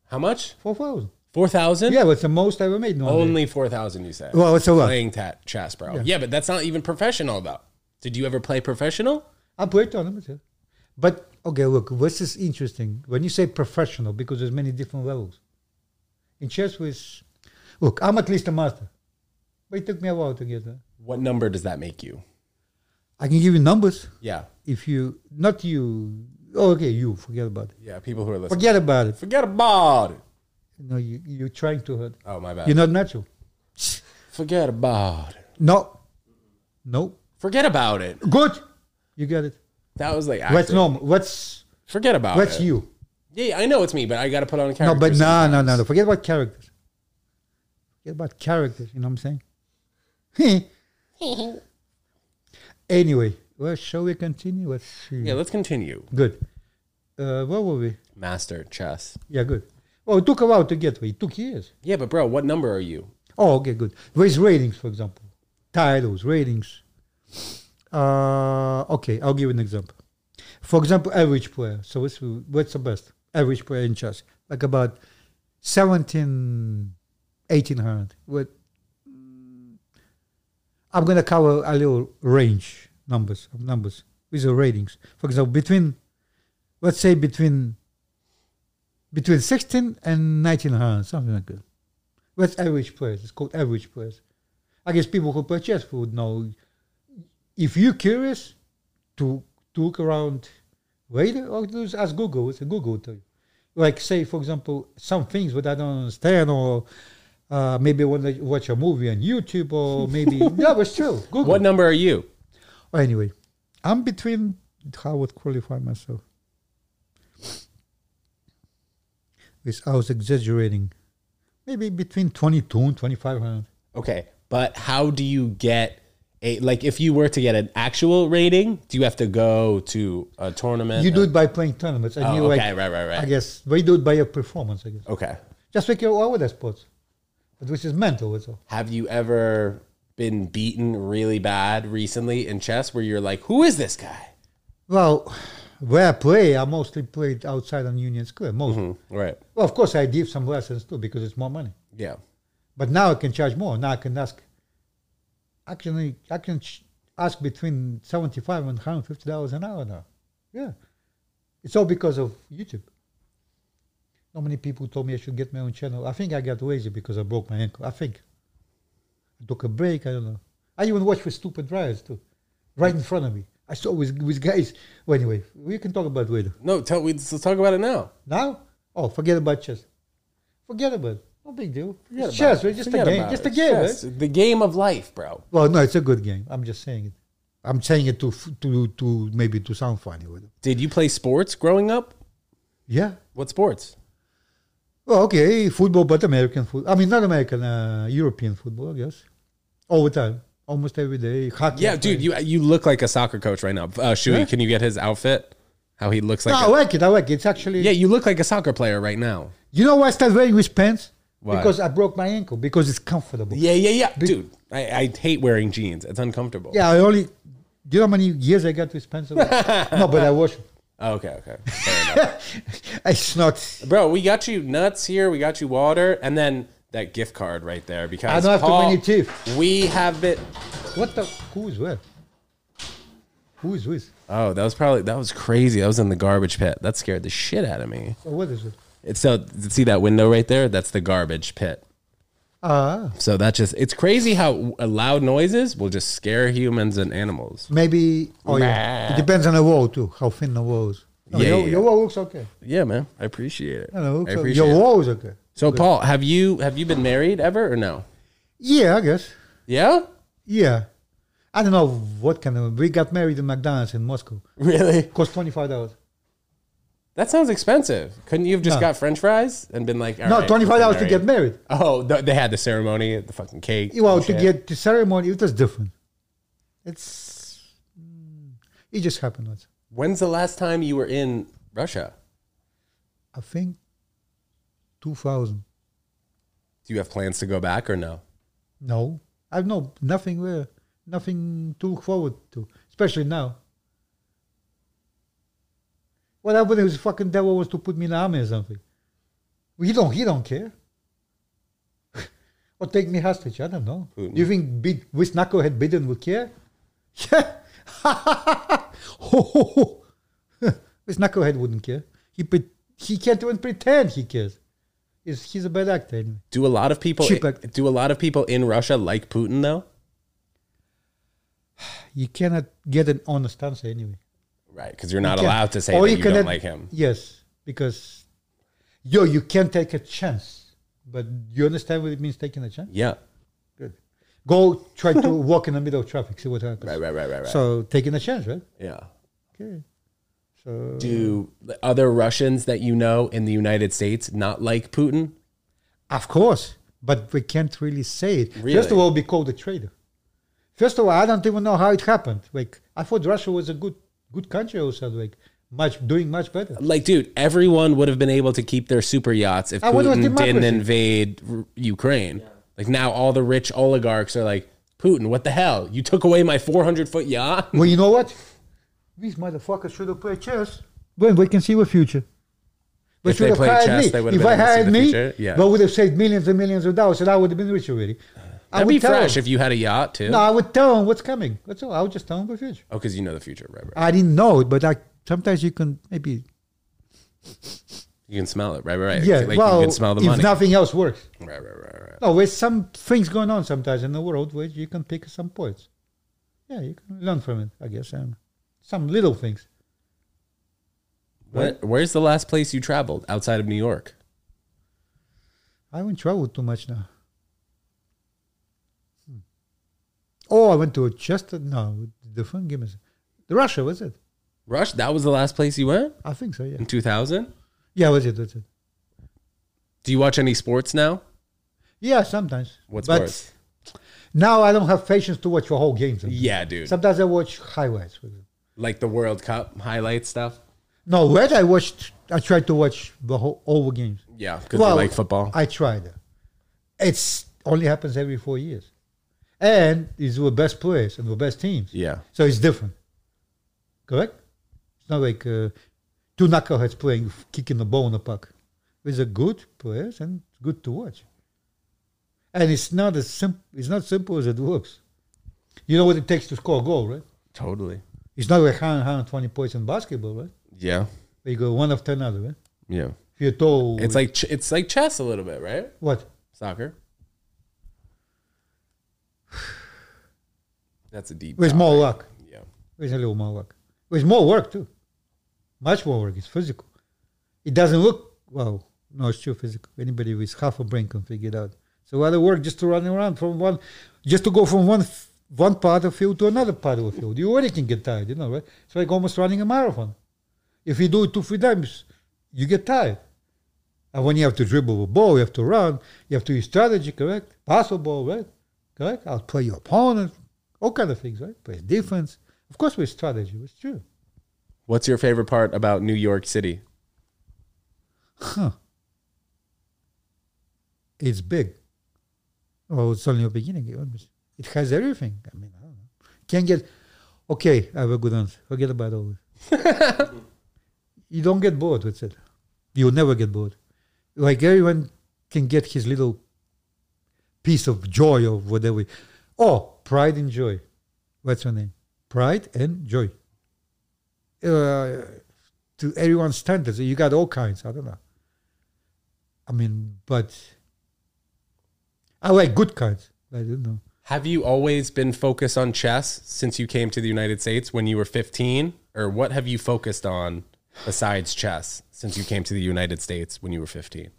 A: How much?
C: Four thousand.
A: Four thousand.
C: Yeah, that's the most I ever made. in one day.
A: Only four thousand, you said.
C: Well, it's a lot.
A: playing ta- chess, bro. Yeah. but that's not even professional, though. Did you ever play professional?
C: I played tournaments, yeah. But okay, look, this is interesting. When you say professional, because there's many different levels. In chess with look, I'm at least a master. But it took me a while to get there.
A: What number does that make you?
C: I can give you numbers
A: Yeah,
C: if you not you oh, okay, you forget about it.
A: yeah. People who are listening,
C: Forget about it.
A: forget about it.
C: No, you you're trying to hurt.
A: Oh my bad.
C: You're not natural.
A: forget about it.
C: No. No.
A: Forget about it.
C: Good. You got it.
A: That was like
C: What's
A: acting.
C: normal? What's
A: Forget about
C: what's
A: it.
C: you?
A: Yeah, I know it's me, but I got to put on a character.
C: No, but no,
A: sometimes.
C: no, no, no. Forget about characters. Forget about characters. You know what I'm saying? anyway, well, shall we continue? Let's see.
A: Yeah, let's continue.
C: Good. Uh, where were we?
A: Master chess.
C: Yeah, good. Well, it took a while to get there. It took years.
A: Yeah, but bro, what number are you?
C: Oh, okay, good. Where's ratings, for example? Titles, ratings. Uh, okay, I'll give an example. For example, average player. So what's, what's the best average player in chess? Like about 17, 1800. What, I'm going to cover a little range numbers of numbers. These are ratings. For example, between, let's say between, between 16 and 1900, something like that. That's average players. It's called average players. I guess people who play chess would know. If you're curious to, to look around later, or just ask Google. It's a Google will tell you. Like, say, for example, some things that I don't understand, or uh, maybe I want to watch a movie on YouTube, or maybe. no, but still, Google.
A: What number are you?
C: Oh, anyway, I'm between how I would qualify myself. This I was exaggerating. Maybe between 22 and 2500.
A: Okay, but how do you get a like if you were to get an actual rating? Do you have to go to a tournament?
C: You do it by playing tournaments. And
A: Uh, Oh,
C: you
A: okay, right, right, right.
C: I guess we do it by your performance, I guess.
A: Okay.
C: Just like your other sports. But which is mental, that's all.
A: Have you ever been beaten really bad recently in chess where you're like, who is this guy?
C: Well, where I play, I mostly played outside on Union Square. Most.
A: Right.
C: Well, of course, I give some lessons too because it's more money.
A: Yeah.
C: But now I can charge more. Now I can ask. Actually, I can ch- ask between seventy-five and one hundred fifty dollars an hour now. Yeah, it's all because of YouTube. How many people told me I should get my own channel? I think I got lazy because I broke my ankle. I think. I took a break. I don't know. I even watched with stupid drivers too, right in front of me. I saw with with guys. Well, anyway, we can talk about it later.
A: No, tell we let's talk about it now.
C: Now? Oh, forget about chess. Forget about it. No big deal.
A: Forget
C: It's
A: about
C: chess,
A: it.
C: right? Just
A: Forget
C: a game.
A: about
C: Just
A: it.
C: a game,
A: Chess,
C: right?
A: The game of life, bro.
C: Well, no, it's a good game. I'm just saying it. I'm saying it to f- to to maybe to sound funny with it.
A: Did you play sports growing up?
C: Yeah.
A: What sports?
C: Well, okay, football, but American football. I mean, not American, uh, European football, I guess. All the time, almost every day. Hockey.
A: Yeah, dude, you you look like a soccer coach right now. Uh, Shui,
C: Yeah.
A: can you get his outfit? How he looks
C: No,
A: like?
C: I
A: a-
C: like it. I like it. It's actually.
A: yeah, you look like a soccer player right now.
C: You know why I started wearing these pants?
A: Why?
C: Because I broke my ankle. Because it's comfortable.
A: Yeah, yeah, yeah, dude. I, I hate wearing jeans. It's uncomfortable.
C: Yeah, I only. Do you know how many years I got these pants? no, but I wash it.
A: Oh, okay, okay.
C: It's not.
A: Bro, we got you nuts here. We got you water, and then that gift card right there. Because
C: I don't have too
A: Paul,
C: many teeth.
A: We have it.
C: What the? Who is where? Who is with?
A: Oh, that was probably that was crazy. That was in the garbage pit. That scared the shit out of me.
C: What is it?
A: It's so see that window right there. That's the garbage pit.
C: Ah,
A: So that just it's crazy how uh, loud noises will just scare humans and animals.
C: maybe. Oh yeah, it depends on the wall too. How thin the wall is. No,
A: Yeah,
C: your,
A: yeah,
C: your wall looks okay.
A: Yeah, man. I appreciate it.
C: I don't know,
A: I
C: looks okay.
A: appreciate
C: Your
A: it.
C: wall is okay.
A: So Paul, have you have you been married ever or no?
C: Yeah, I guess.
A: Yeah?
C: Yeah, I don't know what kind of. We got married in McDonald's in Moscow.
A: Really?
C: Cost twenty five dollars.
A: That sounds expensive. Couldn't you have just
C: No.
A: got french fries and been like, all
C: No,
A: right,
C: twenty five dollars to
A: we're
C: get married.
A: Oh, th- they had the ceremony, the fucking cake.
C: Well,
A: and
C: to
A: shit.
C: get the ceremony, it was different. It's mm, it just happened once.
A: When's the last time you were in Russia?
C: I think two thousand.
A: Do you have plans to go back or no?
C: No, I've no nothing where nothing to look forward to, especially now. What happened if the fucking devil was to put me in the army or something? Well, he don't he don't care. or take me hostage, I don't know. Do you think beat with knucklehead Biden would care? Yeah. ho, ho, ho. This knucklehead wouldn't care. He pre- he can't even pretend he cares. He's, he's a bad actor anyway.
A: Do a lot of people
C: Cheap act.
A: do a lot of people in Russia like Putin though?
C: you cannot get an honest answer anyway.
A: Right, because you're not
C: Can't.
A: allowed to say
C: Or
A: that you, don't
C: cannot-
A: like him.
C: Yes, because yo, you can take a chance, but you understand what it means taking a chance.
A: Yeah.
C: Good. Go try to walk in the middle of traffic, see what happens.
A: Right, right, right, right, right.
C: So taking a chance, right?
A: yeah.
C: Okay. So
A: Do the other Russians that you know in the United States not like Putin?
C: of course, but we can't really say it. First of
A: Really?
C: all, be called a traitor. First of all, I don't even know how it happened. Like I thought Russia was a good good country also, like much doing much better.
A: Like, dude, everyone would have been able to keep their super yachts if
C: I would have
A: Putin didn't
C: democracy.
A: invade R- Ukraine. Like now, all the rich oligarchs are like, Putin, what the hell? You took away my 400 foot yacht.
C: Well, you know what? These motherfuckers should have played chess. When we can see the future. They
A: If they
C: should've
A: played
C: hired
A: chess,
C: me.
A: they would've
C: if
A: been
C: I
A: able to see
C: hired
A: the
C: me,
A: future, yeah.
C: they would have saved millions and millions of dollars, and I would have been rich already. I
A: That'd
C: would
A: be
C: tell
A: fresh
C: them-
A: if you had a yacht too.
C: no, I would tell them what's coming. That's all. I would just tell them the future.
A: Oh, because you know the future, right, right?
C: I didn't know it, but I sometimes you can maybe
A: You can smell it, right, right, right.
C: yeah.
A: like
C: well,
A: you can smell the
C: if
A: money.
C: nothing else works,
A: right, right, right, right.
C: no, there's some things going on sometimes in the world where you can pick some points. Yeah, you can learn from it, I guess, and some little things.
A: Where, where's the last place you traveled outside of New York?
C: I haven't traveled too much now. Hmm. Oh, I went to Chester. No, different. Give me some. The Russia was it?
A: Rush, that was the last place you went
C: I think so. Yeah.
A: in 2000.
C: Yeah, was it? Was it?
A: Do you watch any sports now?
C: Yeah, sometimes.
A: What's
C: but
A: sports?
C: now I don't have patience to watch the whole game. Sometimes,
A: Yeah, dude.
C: sometimes I watch highlights. With it.
A: Like the World Cup highlight stuff.
C: No, what I watched, I tried to watch the whole all the games.
A: Yeah, because you like football.
C: I tried. It's only happens every four years, and it's the best players and the best teams.
A: yeah,
C: So it's different. Correct? It's not like uh, two knuckleheads playing, f- kicking the ball in the puck. It's a good players and good to watch. And it's not as simple. It's not simple as it looks. You know what it takes to score a goal, right?
A: totally.
C: It's not like 100, 120 points in basketball, right?
A: Yeah,
C: Where you go one after another, right?
A: yeah.
C: If you're told
A: It's like ch- it's like chess a little bit, right?
C: what?
A: Soccer. That's a deep.
C: With
A: topic.
C: more luck.
A: Yeah.
C: With a little more work. With more work too. Much more work. It's physical. It doesn't look well. No, it's too physical. Anybody with half a brain can figure it out. So a lot of work just to run around from one, just to go from one f- one part of field to another part of the field. You already can get tired, you know, right? It's like almost running a marathon. If you do it two three times, you get tired. And when you have to dribble a ball, you have to run, you have to use strategy, correct? Pass the ball, right? Correct? Outplay your opponent, all kind of things, right? Play defense. Of course, with strategy, it's true.
A: What's your favorite part about New York City?
C: Huh. It's big. Well, it's only a beginning. it was- It has everything. I mean, I don't know. Can't get. Okay, I have a good answer. Forget about all this. you don't get bored with it. You'll never get bored. Like everyone can get his little piece of joy or whatever. Oh, pride and joy. What's her name? Pride and joy. Uh, to everyone's standards, you got all kinds. I don't know. I mean, but I like good cards. I don't know.
A: Have you always been focused on chess since you came to the United States when you were 15? Or what have you focused on besides chess since you came to the United States when you were 15?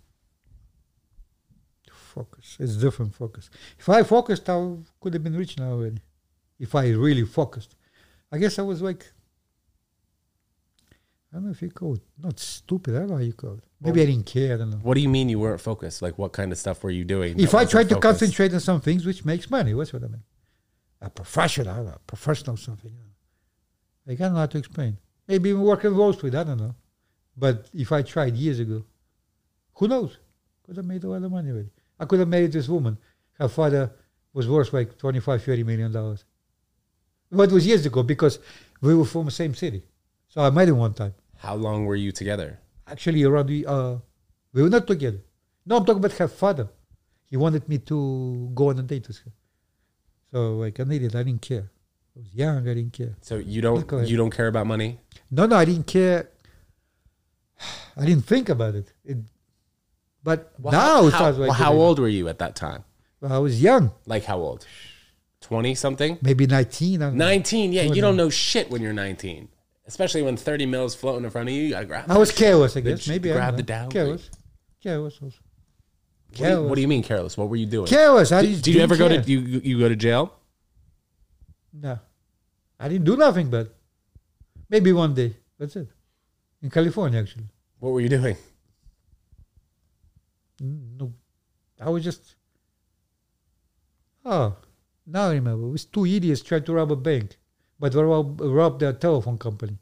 C: Focus. It's different focus. If I focused, I could have been rich now already. If I really focused, I guess I was like. I don't know if you call it not stupid. I don't know how you call it. Maybe I didn't care. I don't know.
A: What do you mean you weren't focused? Like, what kind of stuff were you doing?
C: if
A: that
C: I
A: wasn't
C: try to
A: focused?
C: concentrate on some things which makes money, what's what I mean? A professional, a professional something. You know. Like, I don't know how to explain. Maybe even working Wall Street, I don't know. But if I tried years ago, who knows? Could have made a lot of money already. I could have married this woman. Her father was worth like 25, 30 million dollars. But it was years ago because we were from the same city. So I met him one time
A: How long were you together?
C: actually around the, uh, we were not together. No, I'm talking about her father. He wanted me to go on a date with her. So like an idiot, I didn't care. I was young, I didn't care.
A: So you don't
C: Go ahead.
A: you don't care about money?
C: No, no, I didn't care. I didn't think about it. it but now
A: how,
C: it sounds like
A: well, how old were you at that time?
C: I was young,
A: Like how old? 20 something?
C: maybe 19. I don't know.
A: 19. Yeah, you don't know shit when you're 19. Especially when 30 mil's floating in front of you, you gotta grab
C: I was careless, I
A: Then
C: guess.
A: she
C: Maybe I
A: grabbed
C: don't
A: the
C: know.
A: dowry.
C: Careless, careless, also.
A: What do, you, what do you mean careless? What were you doing?
C: careless. I
A: Did,
C: just
A: did you
C: didn't
A: ever go
C: care.
A: to you, you go to jail?
C: No. I didn't do nothing but maybe one day. That's it. In California actually.
A: What were you doing?
C: No I was just Oh, now I remember. It was two idiots tried to rob a bank, but they rob, robbed a telephone company.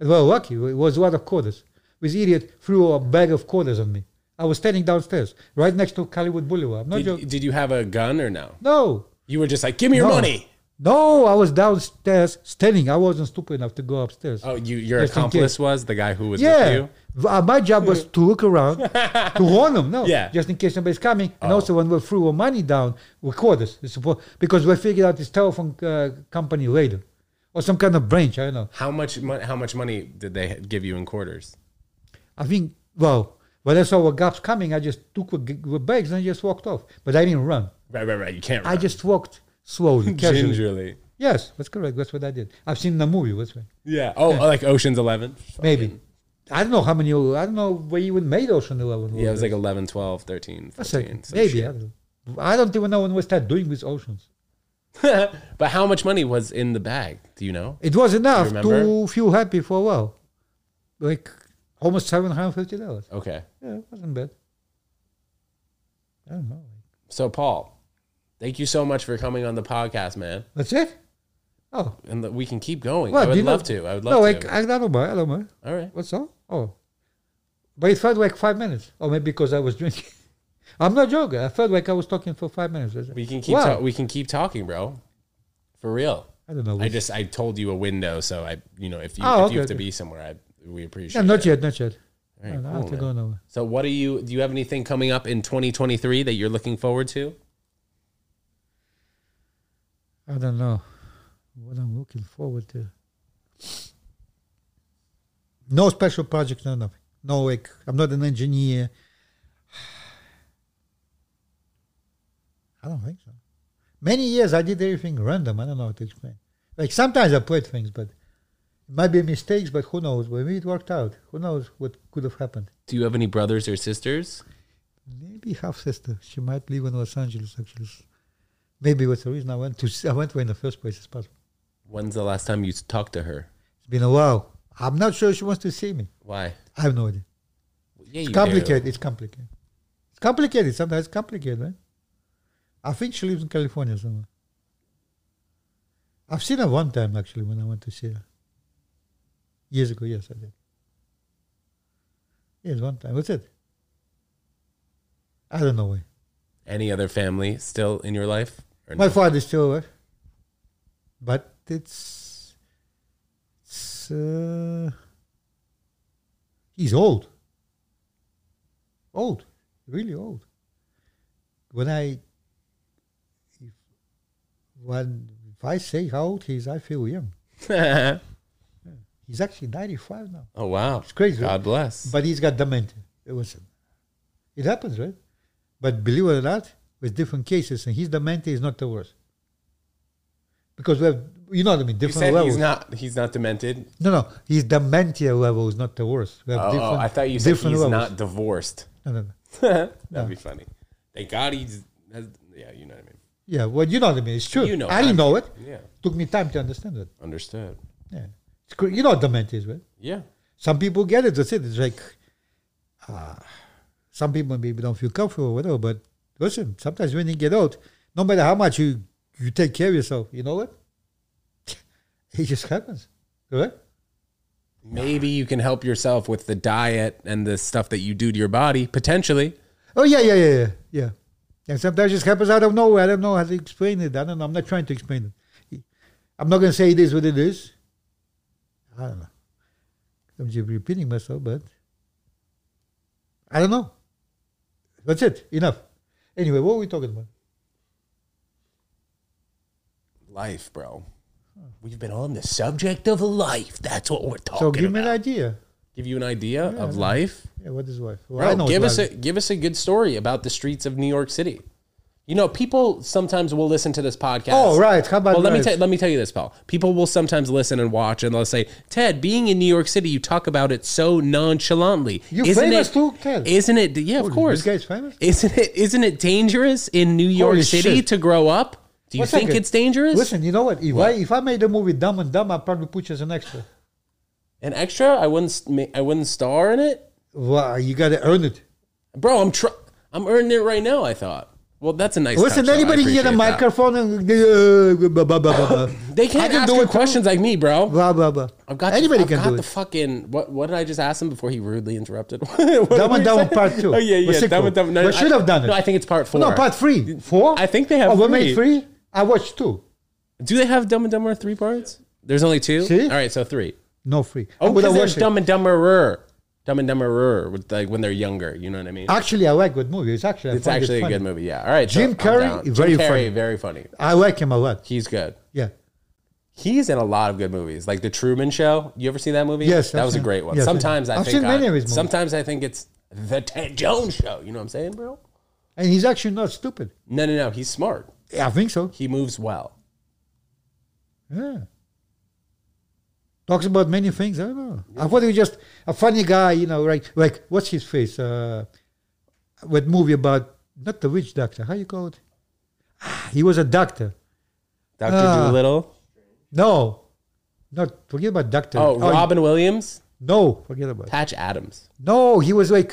C: And well lucky, it was a lot of quarters. This idiot threw a bag of quarters on me. I was standing downstairs, right next to Hollywood Boulevard. I'm not joking.
A: Did, did you have a gun or no?
C: No.
A: You were just like, give me your
C: No.
A: money.
C: No, I was downstairs standing. I wasn't stupid enough to go upstairs.
A: Oh, you your
C: Just in
A: accomplice was the guy who was with
C: Yeah.
A: you.
C: V- uh, my job was to look around, to warn them, no,
A: Yeah. Oh.
C: just in case somebody's coming. And also, when we threw our money down, we caught us. It's suppo- because we figured out this telephone uh, company later or some kind of branch. I don't know.
A: How much mon- how much money did they give you in quarters?
C: I think, well, when I saw a gaps coming, I just took the g- the bags and I just walked off. But I didn't run.
A: Right, right, right. You can't.
C: I just walked slowly, casually.
A: gingerly.
C: Yes, that's correct. That's what I did. I've seen the movie. That's right.
A: Yeah. Oh, like Ocean's Eleven.
C: Maybe. I don't know how many, I don't know where you even made Ocean Eleven.
A: Yeah, it was like 11, 12, 13,
C: That's
A: 14.
C: it.
A: some
C: Maybe.
A: shit.
C: I don't, know. I don't even know when we start doing with oceans.
A: but how much money was in the bag? Do you know?
C: It was enough
A: remember?
C: to feel happy for a while. Like almost seven hundred fifty dollars.
A: Okay.
C: Yeah, it wasn't bad. I don't know.
A: So Paul, thank you so much for coming on the podcast, man.
C: That's it. Oh,
A: And that we can keep going.
C: well,
A: I
C: do you
A: would
C: know-
A: love to. I would love
C: no,
A: to.
C: Like, I don't mind. I don't mind.
A: All right.
C: What's all? Oh, but it felt like five minutes, or maybe because I was drinking. I'm not joking. I felt like I was talking for five minutes. That's it.
A: We can keep
C: Wow.
A: ta- we can keep talking, bro. For real.
C: I don't know.
A: I just I told you a window, so I you know if you,
C: Oh,
A: if you
C: okay,
A: have to
C: okay.
A: be somewhere, I we appreciate.
C: yeah, not
A: it.
C: yet. Not yet.
A: All right,
C: I don't know, I
A: cool,
C: have to
A: man.
C: go nowhere.
A: So what do you do? You have anything coming up in 2023 that you're looking forward to?
C: I don't know what I'm looking forward to. No special project, no nothing. No, like I'm not an engineer. I don't think so. Many years I did everything random. I don't know how to explain. Like sometimes I played things, but it might be mistakes, but who knows? Maybe it worked out. Who knows what could have happened?
A: Do you have any brothers or sisters?
C: Maybe half sister. She might live in Los Angeles, actually. Maybe that's the reason I went to. I went there in the first place. It's possible.
A: When's the last time you talked to her?
C: It's been a while. I'm not sure she wants to see me.
A: Why?
C: I have no idea.
A: Yeah,
C: It's
A: you do.
C: complicated. It's complicated. It's complicated. Sometimes it's complicated, right? I think she lives in California somewhere. I've seen her one time actually when I went to see her. Years ago, yes, I did. Yes, one time. That's it. I don't know why.
A: Any other family still in your life? Or
C: My
A: no?
C: father's still alive, but it's, it's uh, he's old, old, really old. When I if, when if I say how old he is, I feel young. He's actually ninety five now,
A: oh wow,
C: It's crazy,
A: God
C: right?
A: bless.
C: but he's got dementia. It was it happens, right? But believe it or not, with different cases, and his dementia is not the worst. Because we have, you know what I mean,
A: You
C: different
A: said
C: levels.
A: he's not he's not demented.
C: no, no, his dementia level is not the worst. We have
A: Oh,
C: different,
A: I thought you said he's
C: different levels.
A: not divorced.
C: No, no, no.
A: That'd be funny. Thank God he's that's- yeah. You know what I mean.
C: Yeah, well, you know what I mean. It's true.
A: You know
C: I didn't
A: what I
C: know it.
A: Yeah.
C: Took me time to understand it.
A: Understood.
C: Yeah, it's cr- you know what dementia is, right?
A: Yeah.
C: Some people get it. That's it. It's like, uh, some people maybe don't feel comfortable, or whatever. But listen, sometimes when you get out, no matter how much you you take care of yourself, you know what? It just happens, right?
A: Maybe you can help yourself with the diet and the stuff that you do to your body potentially.
C: Oh yeah, yeah, yeah, yeah, yeah. And sometimes it just happens out of nowhere. I don't know how to explain it. I don't know. I'm not trying to explain it. I'm not going to say it is what it is. I don't know. I'm just repeating myself, but I don't know. That's it. Enough. Anyway, what were we talking about?
A: Life, bro. We've been on the subject of life. That's what we're talking
C: So give me
A: about.
C: an idea.
A: give you an idea of life.
C: Yeah, what is life? Well,
A: Bro,
C: it's
A: give us
C: life.
A: a give us a good story about the streets of New York City. You know, people sometimes will listen to this podcast.
C: Oh, right. How about
A: Well, let me
C: life?
A: tell let me tell you this, Paul. People will sometimes listen and watch, and they'll say, "Ted, being in New York City, you talk about it so nonchalantly."
C: You're
A: isn't
C: famous
A: it,
C: too, Ted.
A: Isn't it? Yeah, of
C: Holy,
A: course.
C: This guy's famous.
A: Isn't it? Isn't it dangerous in New York
C: Holy
A: City
C: shit.
A: to grow up? Do you
C: One
A: think
C: second.
A: it's dangerous?
C: Listen, you know what? If I if I made a movie Dumb and Dumb, I'd probably put you as an extra.
A: An extra? I wouldn't. s- ma- I wouldn't star in it,
C: Wow, you got to earn it.
A: bro. I'm tr- I'm earning it right now. I thought. Well, that's a nice. touch,
C: Listen,
A: though. I
C: anybody can get a
A: appreciate that.
C: microphone and uh, blah, blah, blah, blah, blah.
A: They can't
C: I can
A: ask
C: do
A: you
C: it too.
A: questions like me, bro.
C: blah blah blah.
A: I've got
C: anybody
A: the, I've
C: can
A: got
C: do
A: the
C: it.
A: fucking what? What did I just ask him before he rudely interrupted? What
C: Dumb
A: were
C: and
A: you
C: Dumber
A: saying?
C: Part Two.
A: Oh yeah, yeah.
C: The sequel.
A: Dumb and Dumber.
C: We should
A: I-
C: have done it.
A: No, I think it's part four.
C: No, part three, four.
A: I think they have
C: Oh, we made
A: three.
C: three. I watched two.
A: Do they have Dumb and Dumber three parts? There's only two.
C: See?
A: All right, so three.
C: No, three. I
A: Oh,
C: would
A: because
C: have
A: there's
C: watched it.
A: Dumb and Dumberer. Dumb and Dumberer, with like when they're younger. You know what I mean?
C: Actually, I like good movies. Actually, I
A: it's
C: find it
A: actually a
C: funny.
A: good movie. Yeah. All right.
C: Jim
A: I'm
C: Carrey,
A: down.
C: very
A: Jim Carrey,
C: funny.
A: very funny.
C: I like him a lot.
A: He's good.
C: Yeah.
A: He's in a lot of good movies, like The Truman Show. You ever see that movie?
C: Yes,
A: that
C: I've
A: was a
C: seen-
A: great one.
C: yes, I've
A: sometimes
C: seen-
A: I
C: I've
A: think
C: seen many
A: I-
C: of his movies.
A: Sometimes I think it's the Ted Jones Show. You know what I'm saying, bro?
C: And he's actually not stupid.
A: No, no, no. He's smart.
C: I think so.
A: He moves well.
C: Yeah. Talks about many things. I don't know. I thought he was just a funny guy, you know, like like what's his face? Uh what movie about not the witch doctor, how you call it? Ah, He was a doctor.
A: Doctor
C: Ah.
A: Doolittle.
C: No. Not forget about doctor.
A: Oh,
C: he-
A: Robin Williams,
C: No, forget about it.
A: Patch Adams.
C: No, he was like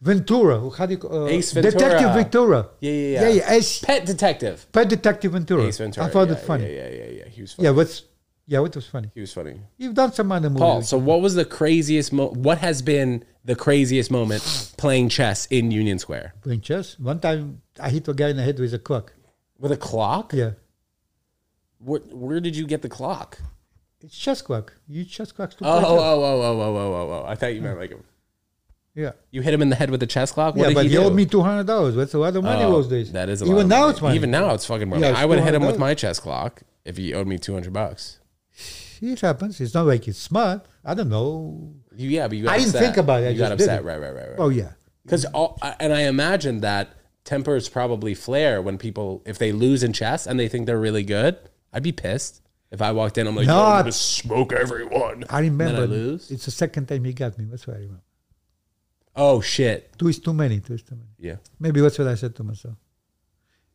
C: Ventura. How do you call uh,
A: Ace Ventura.
C: Detective Ventura.
A: Yeah, yeah, yeah.
C: Yeah, yeah. Ace,
A: Pet Detective.
C: Pet Detective Ventura.
A: Ace Ventura.
C: I found
A: yeah,
C: it funny.
A: Yeah,
C: Yeah,
A: yeah, yeah, yeah. He was funny.
C: yeah. what's yeah, what was funny?
A: He was funny.
C: You've done some other movies.
A: Paul, so what was the craziest? Mo- what has been the craziest moment playing chess in Union Square
C: Playing chess. One time I hit a guy in the head with a clock.
A: with a clock?
C: Yeah.
A: Where, where did you get the clock?
C: It's chess clock. You chess clocks to
A: Oh, oh,
C: play
A: oh,
C: chess.
A: oh, oh, oh, oh, oh, oh! I thought you meant like
C: Yeah.
A: you hit him in the head with a chess clock. What
C: yeah,
A: did
C: but
A: he
C: he
A: do?
C: owed me two hundred dollars. That's a lot of money
A: Oh,
C: those days.
A: That is a
C: even
A: lot of
C: now
A: money.
C: it's money.
A: Even now it's fucking money.
C: Yeah, it's
A: I would have hit him with
C: $200.
A: my chess clock if he owed me two hundred bucks.
C: it happens. It's not like it's smart. I don't know.
A: You, yeah, but you. Got
C: I didn't
A: upset.
C: think about it. I
A: you got
C: just did
A: upset.
C: it.
A: Right, right, right, right.
C: Oh yeah.
A: Because all and I imagine that tempers probably flare when people if they lose in chess and they think they're really good. I'd be pissed if I walked in. I'm like,
C: No,
A: "Yo, I'm
C: I-
A: gonna smoke everyone.
C: I remember
A: lose?
C: it's the second time he got me. That's what I remember.
A: Oh shit!
C: Two is too many. Two is too many.
A: Yeah,
C: Maybe that's what I said to myself.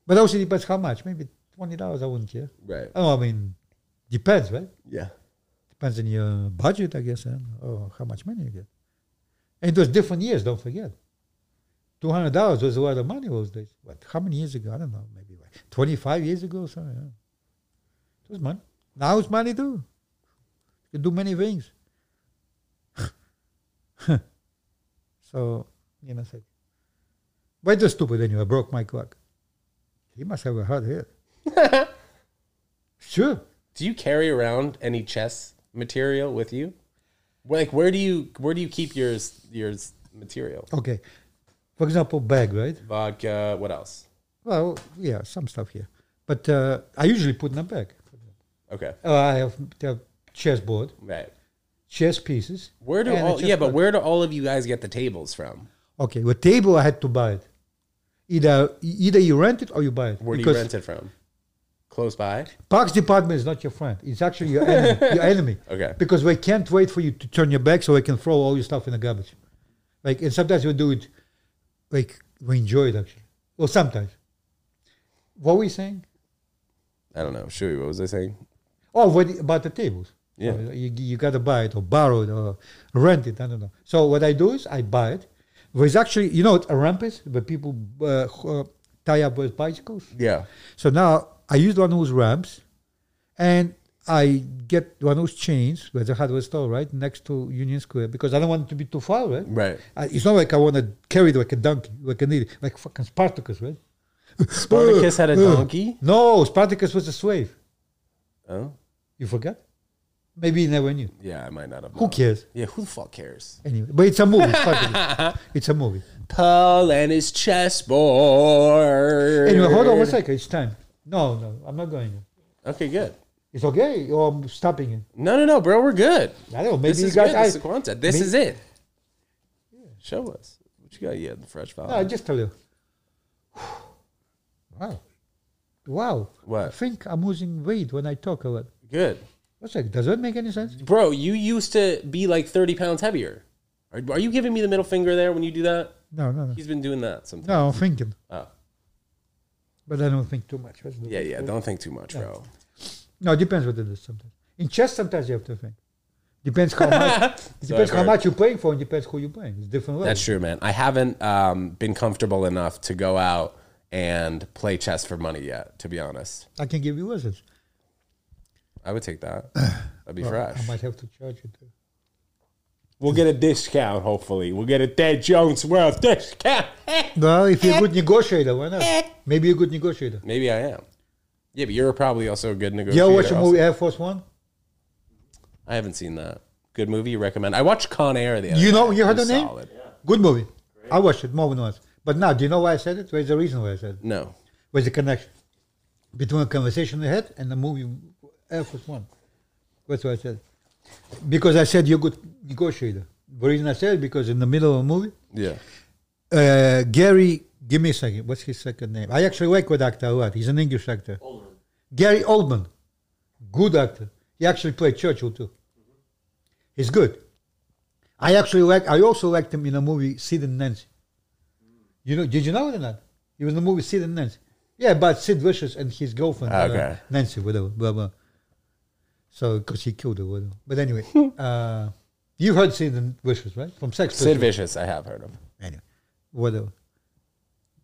C: But also depends how much. Maybe twenty dollars. I wouldn't care.
A: right.
C: Oh, I mean, depends, right?
A: Yeah.
C: Depends on your budget, I guess, and or how much money you get. And it was different years. Don't forget, two hundred dollars was a lot of money those days. What? How many years ago? I don't know. Maybe like twenty-five years ago or something. Yeah. It was money. Now it's money too. You can do many things. so you know, it's like- but it was stupid anyway. I broke my clock. He must have a hard head. sure.
A: Do you carry around any chess material with you? Where- Like, where do you where do you keep yours yours material?
C: Okay. For example, bag, right?
A: Vodka. What else?
C: Well, yeah, some stuff here. But uh, I usually put in a bag.
A: Okay.
C: Uh, I have the chessboard.
A: Right.
C: chess pieces.
A: Where do
C: and a
A: all,
C: chess
A: yeah, but
C: board.
A: where do all of you guys get the tables from?
C: Okay, with table I had to buy it. Either either you rent it or you buy it.
A: Where do
C: because
A: you rent it from? Close by.
C: Parks department is not your friend. It's actually your enemy. your enemy.
A: Okay.
C: Because they can't wait for you to turn your back so they can throw all your stuff in the garbage. Like and sometimes we do it like we enjoy it actually. Well sometimes. What were you saying?
A: I don't know. Shui, what was I saying?
C: Oh, what, about the tables.
A: Yeah.
C: Uh, You, you got to buy it or borrow it or rent it. I don't know. So what I do is I buy it. There's actually, you know what a ramp is? Where people uh, who, uh, tie up with bicycles.
A: Yeah.
C: So now I use one of those ramps and I get one of those chains where the hardware store, right, next to Union Square because I don't want it to be too far, right?
A: Right.
C: I, it's not like I want to carry it like a donkey, like an idiot, like fucking Spartacus, right?
A: Spartacus had a donkey.
C: No, Spartacus was a slave.
A: Oh.
C: You forgot? Maybe you never knew.
A: Yeah, I might not have.
C: Who
A: known.
C: cares?
A: Yeah, who the fuck cares?
C: Anyway, but it's a movie. fuck it. It's a movie.
A: Paul and his chessboard.
C: Anyway, hold on one second. It's time. No, no, I'm not going. yet.
A: Okay, good.
C: It's okay, or I'm stopping it.
A: No, no, no, bro, we're good.
C: I don't know. Maybe
A: This
C: you
A: is
C: guys.
A: good.
C: I,
A: this is content. This
C: may-
A: is it. Show us what you got. Yeah, the fresh
C: No, I
A: flower.
C: just tell you. Wow. Wow. I
A: What?
C: think I'm losing weight when I talk a lot.
A: Good,
C: What's that? Does that make any sense?
A: bro. You used to be like thirty pounds heavier. Are, are you giving me the middle finger there when you do that?
C: No, no, no.
A: He's been doing that sometimes.
C: No, I'm thinking,
A: Oh,
C: but I don't think too much. That's the-
A: yeah, yeah. Don't think too much, bro.
C: No, it depends what it is sometimes. In chess, sometimes you have to think. Depends how much. depends
A: I've
C: how
A: heard.
C: much you're playing for, and depends who you're playing. It's different.
A: That's
C: levels.
A: true, man. I haven't um, been comfortable enough to go out and play chess for money yet. To be honest,
C: I can give you lessons.
A: I would take that. That'd be fresh.
C: I might have to charge it.
A: We'll get a discount, hopefully. We'll get a Dead Jones World discount.
C: Well, if you're a good negotiator, why not? Maybe you're a good negotiator.
A: Maybe I am. Yeah, but you're probably also a good
C: Yeah,
A: negotiator.
C: watch a
A: also.
C: movie Air Force One.
A: I haven't seen that. Good movie you recommend. I watched Con Air the other
C: You know-
A: night.
C: you heard
A: It was
C: the name? Good movie. I watched it more than once. But now, do you know why I said it? Where's the reason why I said it?
A: No.
C: Where's the connection between a conversation I had and the movie Air Force One? That's why I said it. Because I said you're a good negotiator. The reason I said it because in the middle of a movie,
A: Yeah.
C: uh, Gary, give me a second. What's his second name? I actually work with actor a lot. He's an English actor. Gary Oldman, good actor. He actually played Churchill too. He's good. I actually like. I also liked him in a movie Sid and Nancy. You know? Did you know it or not? He was in the movie Sid and Nancy. Yeah, about Sid Vicious and his girlfriend uh,
A: Okay.
C: Nancy, whatever, blah blah. So, because he killed her, whatever. But anyway, uh, you heard Sid and Vicious, right? From Sex.
A: Sid
C: Pistols.
A: Vicious, I have heard of.
C: Anyway, whatever.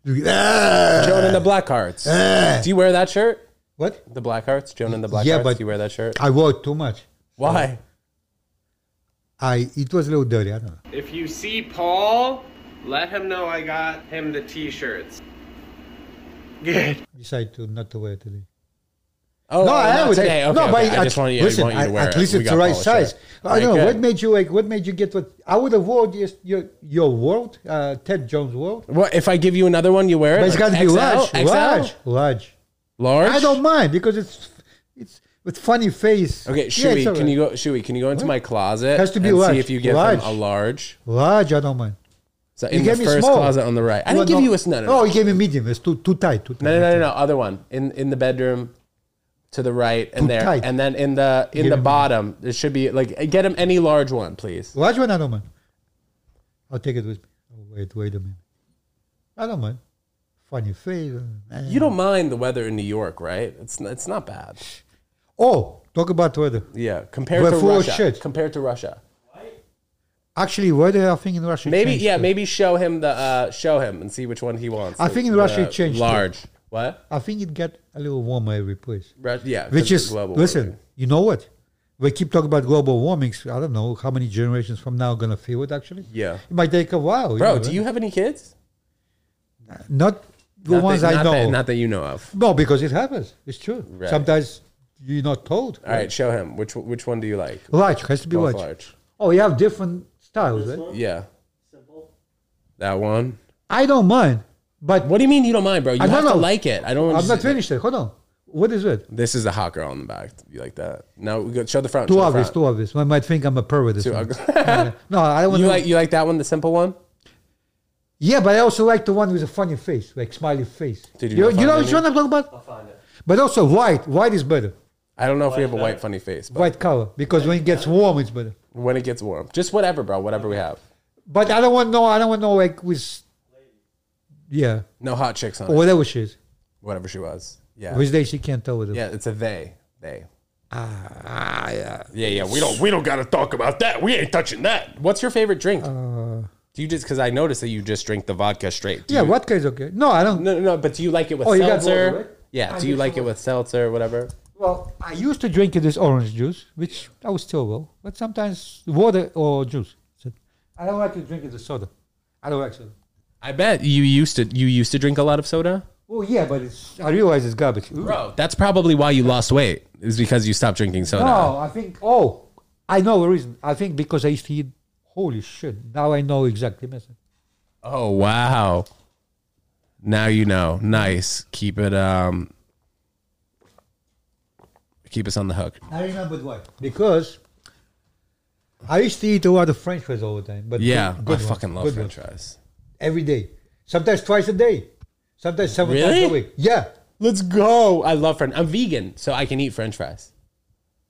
C: Ah!
A: Joan and the Black Hearts.
C: Eh.
A: Do you wear that shirt?
C: What?
A: The Black Hearts? Joan and the Black
C: Yeah,
A: Hearts?
C: but-
A: Do you wear that shirt?
C: I wore it too much.
A: Why?
C: I it was a little dirty. I don't know.
D: If you see Paul, let him know I got him the t-shirts. Good.
C: I decided to not to wear it today.
A: Oh,
C: no,
A: oh,
C: I
A: not
C: have it.
A: today. Okay,
C: no,
A: okay.
C: but
A: I just
C: at-
A: want, yeah,
C: listen,
A: want you to
C: I-
A: wear
C: at
A: it.
C: least
A: We
C: it's
A: got
C: the right
A: Paul's
C: size.
A: shirt.
C: I
A: All
C: don't know
A: right,
C: what
A: good.
C: made you like. What made you get what? I would have worn just your your world, uh, Ted Jones world.
A: What if I give you another one? You wear it?
C: But it's got to be
A: XL?
C: large,
A: XL?
C: large, large.
A: large.
C: I don't mind because it's it's with funny face.
A: Okay,
C: Yeah,
A: Shui,
C: it's all
A: can
C: right.
A: you go? Shui, can you go into my closet
C: Has to be
A: and
C: large.
A: see if you get
C: Large.
A: him a large?
C: large? I don't mind.
A: So in
C: You
A: the
C: gave me
A: first
C: small.
A: closet on the right. I didn't
C: Well,
A: give you a no, no,
C: Oh,
A: no.
C: you gave me medium. It's too too tight. Too tight.
A: No, no, no, no, no. Other one in in the bedroom to the right and
C: Too
A: there,
C: tight.
A: and then in the in
C: Give
A: the
C: him-
A: bottom it should be like get him any large one, please.
C: Large one, I don't mind. I'll take it with me. Oh, wait, wait a minute. I don't mind. Funny face. uh,
A: You don't mind the weather in New York, right? It's n- it's not bad.
C: Oh, talk about weather.
A: Yeah, compared
C: We're
A: to
C: full of
A: Russia.
C: shit.
A: Compared to Russia,
C: Actually, weather, I think in Russia.
A: maybe
C: changed
A: yeah,
C: too.
A: maybe show him the uh, show him and see which one he wants.
C: I
A: The-
C: think in Russia
A: the
C: it changed too.
A: large. What?
C: I think it got a little warmer every place.
A: Rus- yeah, 'cause
C: Which
A: it's
C: is,
A: global
C: listen,
A: warming.
C: you know what? We keep talking about global warmings. I don't know how many generations from now are going to feel it, actually.
A: Yeah.
C: It might take a while. you
A: Bro,
C: know,
A: do you have any kids?
C: Not the
A: Not that-
C: ones I
A: not
C: know.
A: that- not that you know of.
C: no, because it happens. It's true.
A: Right.
C: Sometimes you're not told.
A: All right, show him. Which which one do you like?
C: Large has to be
A: Both
C: large. Oh, you have different styles, right?
A: Yeah. Simple. That one.
C: I don't mind, but
A: What do you mean you don't mind, bro? You
C: I don't
A: have to
C: know.
A: like it. I don't.
C: I'm
A: understand-
C: not finished yet. Hold on. What is it?
A: This is a hot girl in the back. You like that? No, we go, show the front.
C: Too
A: show the
C: obvious,
A: front.
C: too obvious. One might think I'm a pervert. with this
A: Too
C: one.
A: ugly.
C: No, I don't want
A: you
C: to.
A: like you like that one, the simple one?
C: yeah, but I also like the one with a funny face, like smiley face.
A: Did you
C: you,
A: not
C: you
A: find
C: know
A: any?
C: which one I'm talking about? I'll find it. But also white. White is better.
A: I don't know if we have a white funny face, but
C: White color because when it gets warm, it's better.
A: when it gets warm, just whatever, bro, whatever we have.
C: But I don't want no. I don't want no like with. Yeah,
A: No hot chicks on
C: or
A: it.
C: whatever she is.
A: Whatever she was. Yeah.
C: Which day she can't tell with it.
A: Yeah, it's a they. They.
C: Ah, yeah.
A: Yeah, yeah. We don't we don't gotta talk about that. We ain't touching that. What's your favorite drink? do you just because I noticed that you just drink the vodka straight. Do
C: Uh, Yeah,
A: you-
C: vodka is okay. No, I don't.
A: No, no, no, but do you like it with
C: Oh, you got
A: seltzer?
C: water, right?
A: Yeah,
C: I
A: do you
C: need
A: like
C: some
A: it with seltzer or whatever?
C: Well, I used to drink this orange juice, which I was still well, but sometimes water or juice. That's it. I don't like to drink the soda. I don't like soda.
A: I bet you used to you used to drink a lot of soda?
C: Oh yeah, but it's I realize it's garbage.
A: Bro, that's probably why you lost weight, is because you stopped drinking soda.
C: No, I think. Oh, I know the reason. I think because I used to eat. Holy shit! Now I know exactly. Message.
A: Oh wow. Now you know. Nice. Keep it um keep us on the hook.
C: I remembered why. Because I used to eat a lot of French fries all the time. But
A: Yeah,
C: good- good
A: I
C: ones,
A: fucking love
C: good
A: french
C: ones.
A: fries.
C: Every day, sometimes twice a day, sometimes seven
A: Really?
C: times a week. Yeah,
A: Let's go. I love french. I'm vegan, so I can eat french fries.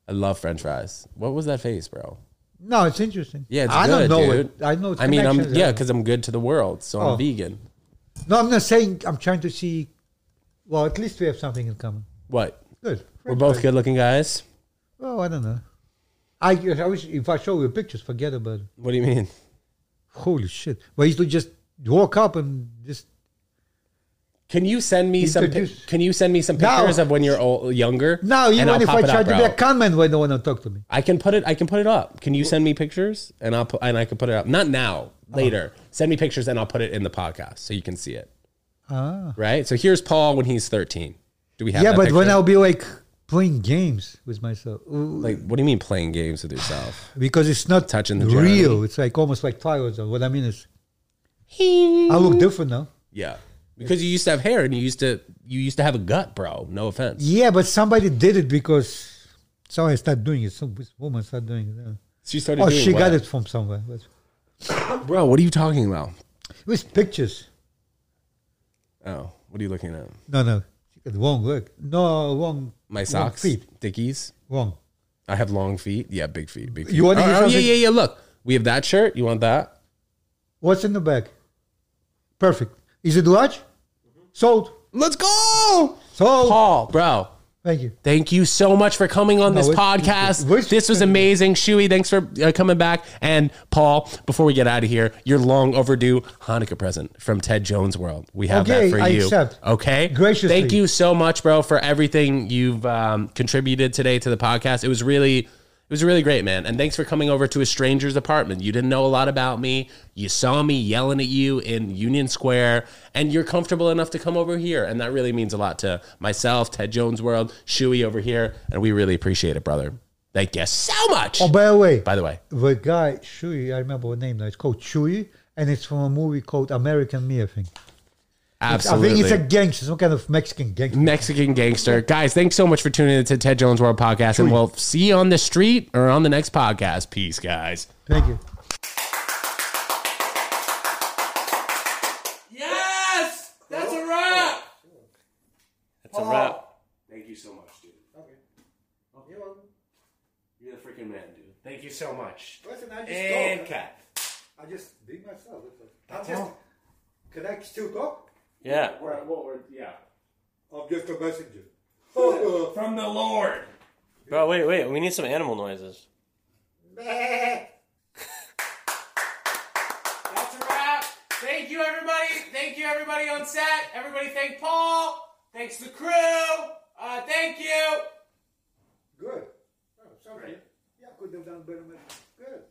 A: I love french fries. What was that face, bro?
C: no, it's interesting.
A: Yeah, it's
C: I
A: good,
C: don't know
A: dude.
C: it. I know. It's
A: I mean, I'm
C: connections.
A: yeah, because I'm good to the world, so
C: Oh.
A: I'm vegan.
C: no, I'm not saying. I'm trying to see. Well, at least we have something in common.
A: What?
C: Good.
A: We're both good-looking guys.
C: Oh, I don't know. I, I wish if I show you pictures, forget about it.
A: What do you mean?
C: Holy shit! But I used to just walk up and just
A: Can you send me some? pic-
C: Introduce.
A: Can you send me some
C: Now.
A: pictures of when you're old, younger?
C: now
A: And
C: even
A: I'll
C: if
A: pop
C: I
A: it
C: try
A: up,
C: to be
A: bro.
C: a conman, why no one will talk to me?
A: I can put it. I can put it up. Can you send me pictures and I'll put, and I can put it up. Not now,
C: Uh-huh.
A: later. Send me pictures and I'll put it in the podcast so you can see it.
C: Ah.
A: Right. So here's Paul when he's 13. Do we have?
C: Yeah,
A: that
C: but when
A: picture?
C: I'll be like playing games with myself, Ooh,
A: like, what do you mean playing games with yourself?
C: because it's not
A: Touching the
C: real.
A: journey.
C: It's like almost like Twilight Zone. What I mean is, I look different now.
A: Yeah, because you used to have hair and you used to you used to have a gut, bro. No offense.
C: Yeah, but somebody did it because so I started doing it. Some this woman started doing it. uh,
A: She started.
C: Oh,
A: doing
C: she got
A: what?
C: it from somewhere. But
A: bro. What are you talking about?
C: It was pictures.
A: Oh, what are you looking at?
C: No, no, it won't work. No, wrong.
A: My
C: wrong
A: socks,
C: feet.
A: Dickies.
C: Wrong.
A: I have long feet. Yeah, big feet. Big feet.
C: You wanna
A: oh,
C: hear
A: oh, yeah,
C: something?
A: yeah, yeah. Look, we have that shirt. You want that?
C: What's in the bag? Perfect. Is it large? Sold.
A: Let's go.
C: Sold.
A: Paul, bro.
C: Thank you.
A: Thank you so much for coming on
C: No,
A: this
C: it's-
A: podcast.
C: it's-
A: this was amazing. Shuey, thanks for uh, coming back. And Paul, before we get out of here, your long overdue Hanukkah present from Ted Jones World. We have
C: Okay,
A: that for
C: I
A: you.
C: accept.
A: Okay.
C: Graciously.
A: Thank you so much, bro, for everything you've um, contributed today to the podcast. It was really. It was really great, man. And thanks for coming over to a stranger's apartment. You didn't know a lot about me. You saw me yelling at you in Union Square, and you're comfortable enough to come over here. And that really means a lot to myself, Ted Jones World, Shuey over here. And we really appreciate it, brother. Thank you so much.
C: Oh, by the way,
A: By the way,
C: the guy Shui, I remember the name now. It's called Shui, and it's from a movie called American Me. I think.
A: absolutely.
C: I think it's a gangster, some kind of Mexican gangster.
A: Mexican gangster. Guys, thanks so much for tuning in to Ted Jones World Podcast, and we'll see you on the street or on the next podcast. Peace, guys.
C: Thank you.
D: Yes! That's a wrap!
A: That's a wrap. Thank you so much, dude. Okay. You're the freaking man, dude. Thank you so much.
E: Listen, I just
A: And
E: talk.
A: cut.
E: I just be myself. That's all. I'm just. Can I still talk?
D: Yeah.
A: yeah.
E: I'm just a messenger.
A: From the Lord.
D: Bro, wait, wait. We need some animal noises.
A: That's a wrap. Thank you, everybody. Thank you, everybody on set. Everybody, thank Paul. Thanks the crew. Uh, thank you.
E: Good. Oh, sorry. Yeah, I could have done better. myself. Good.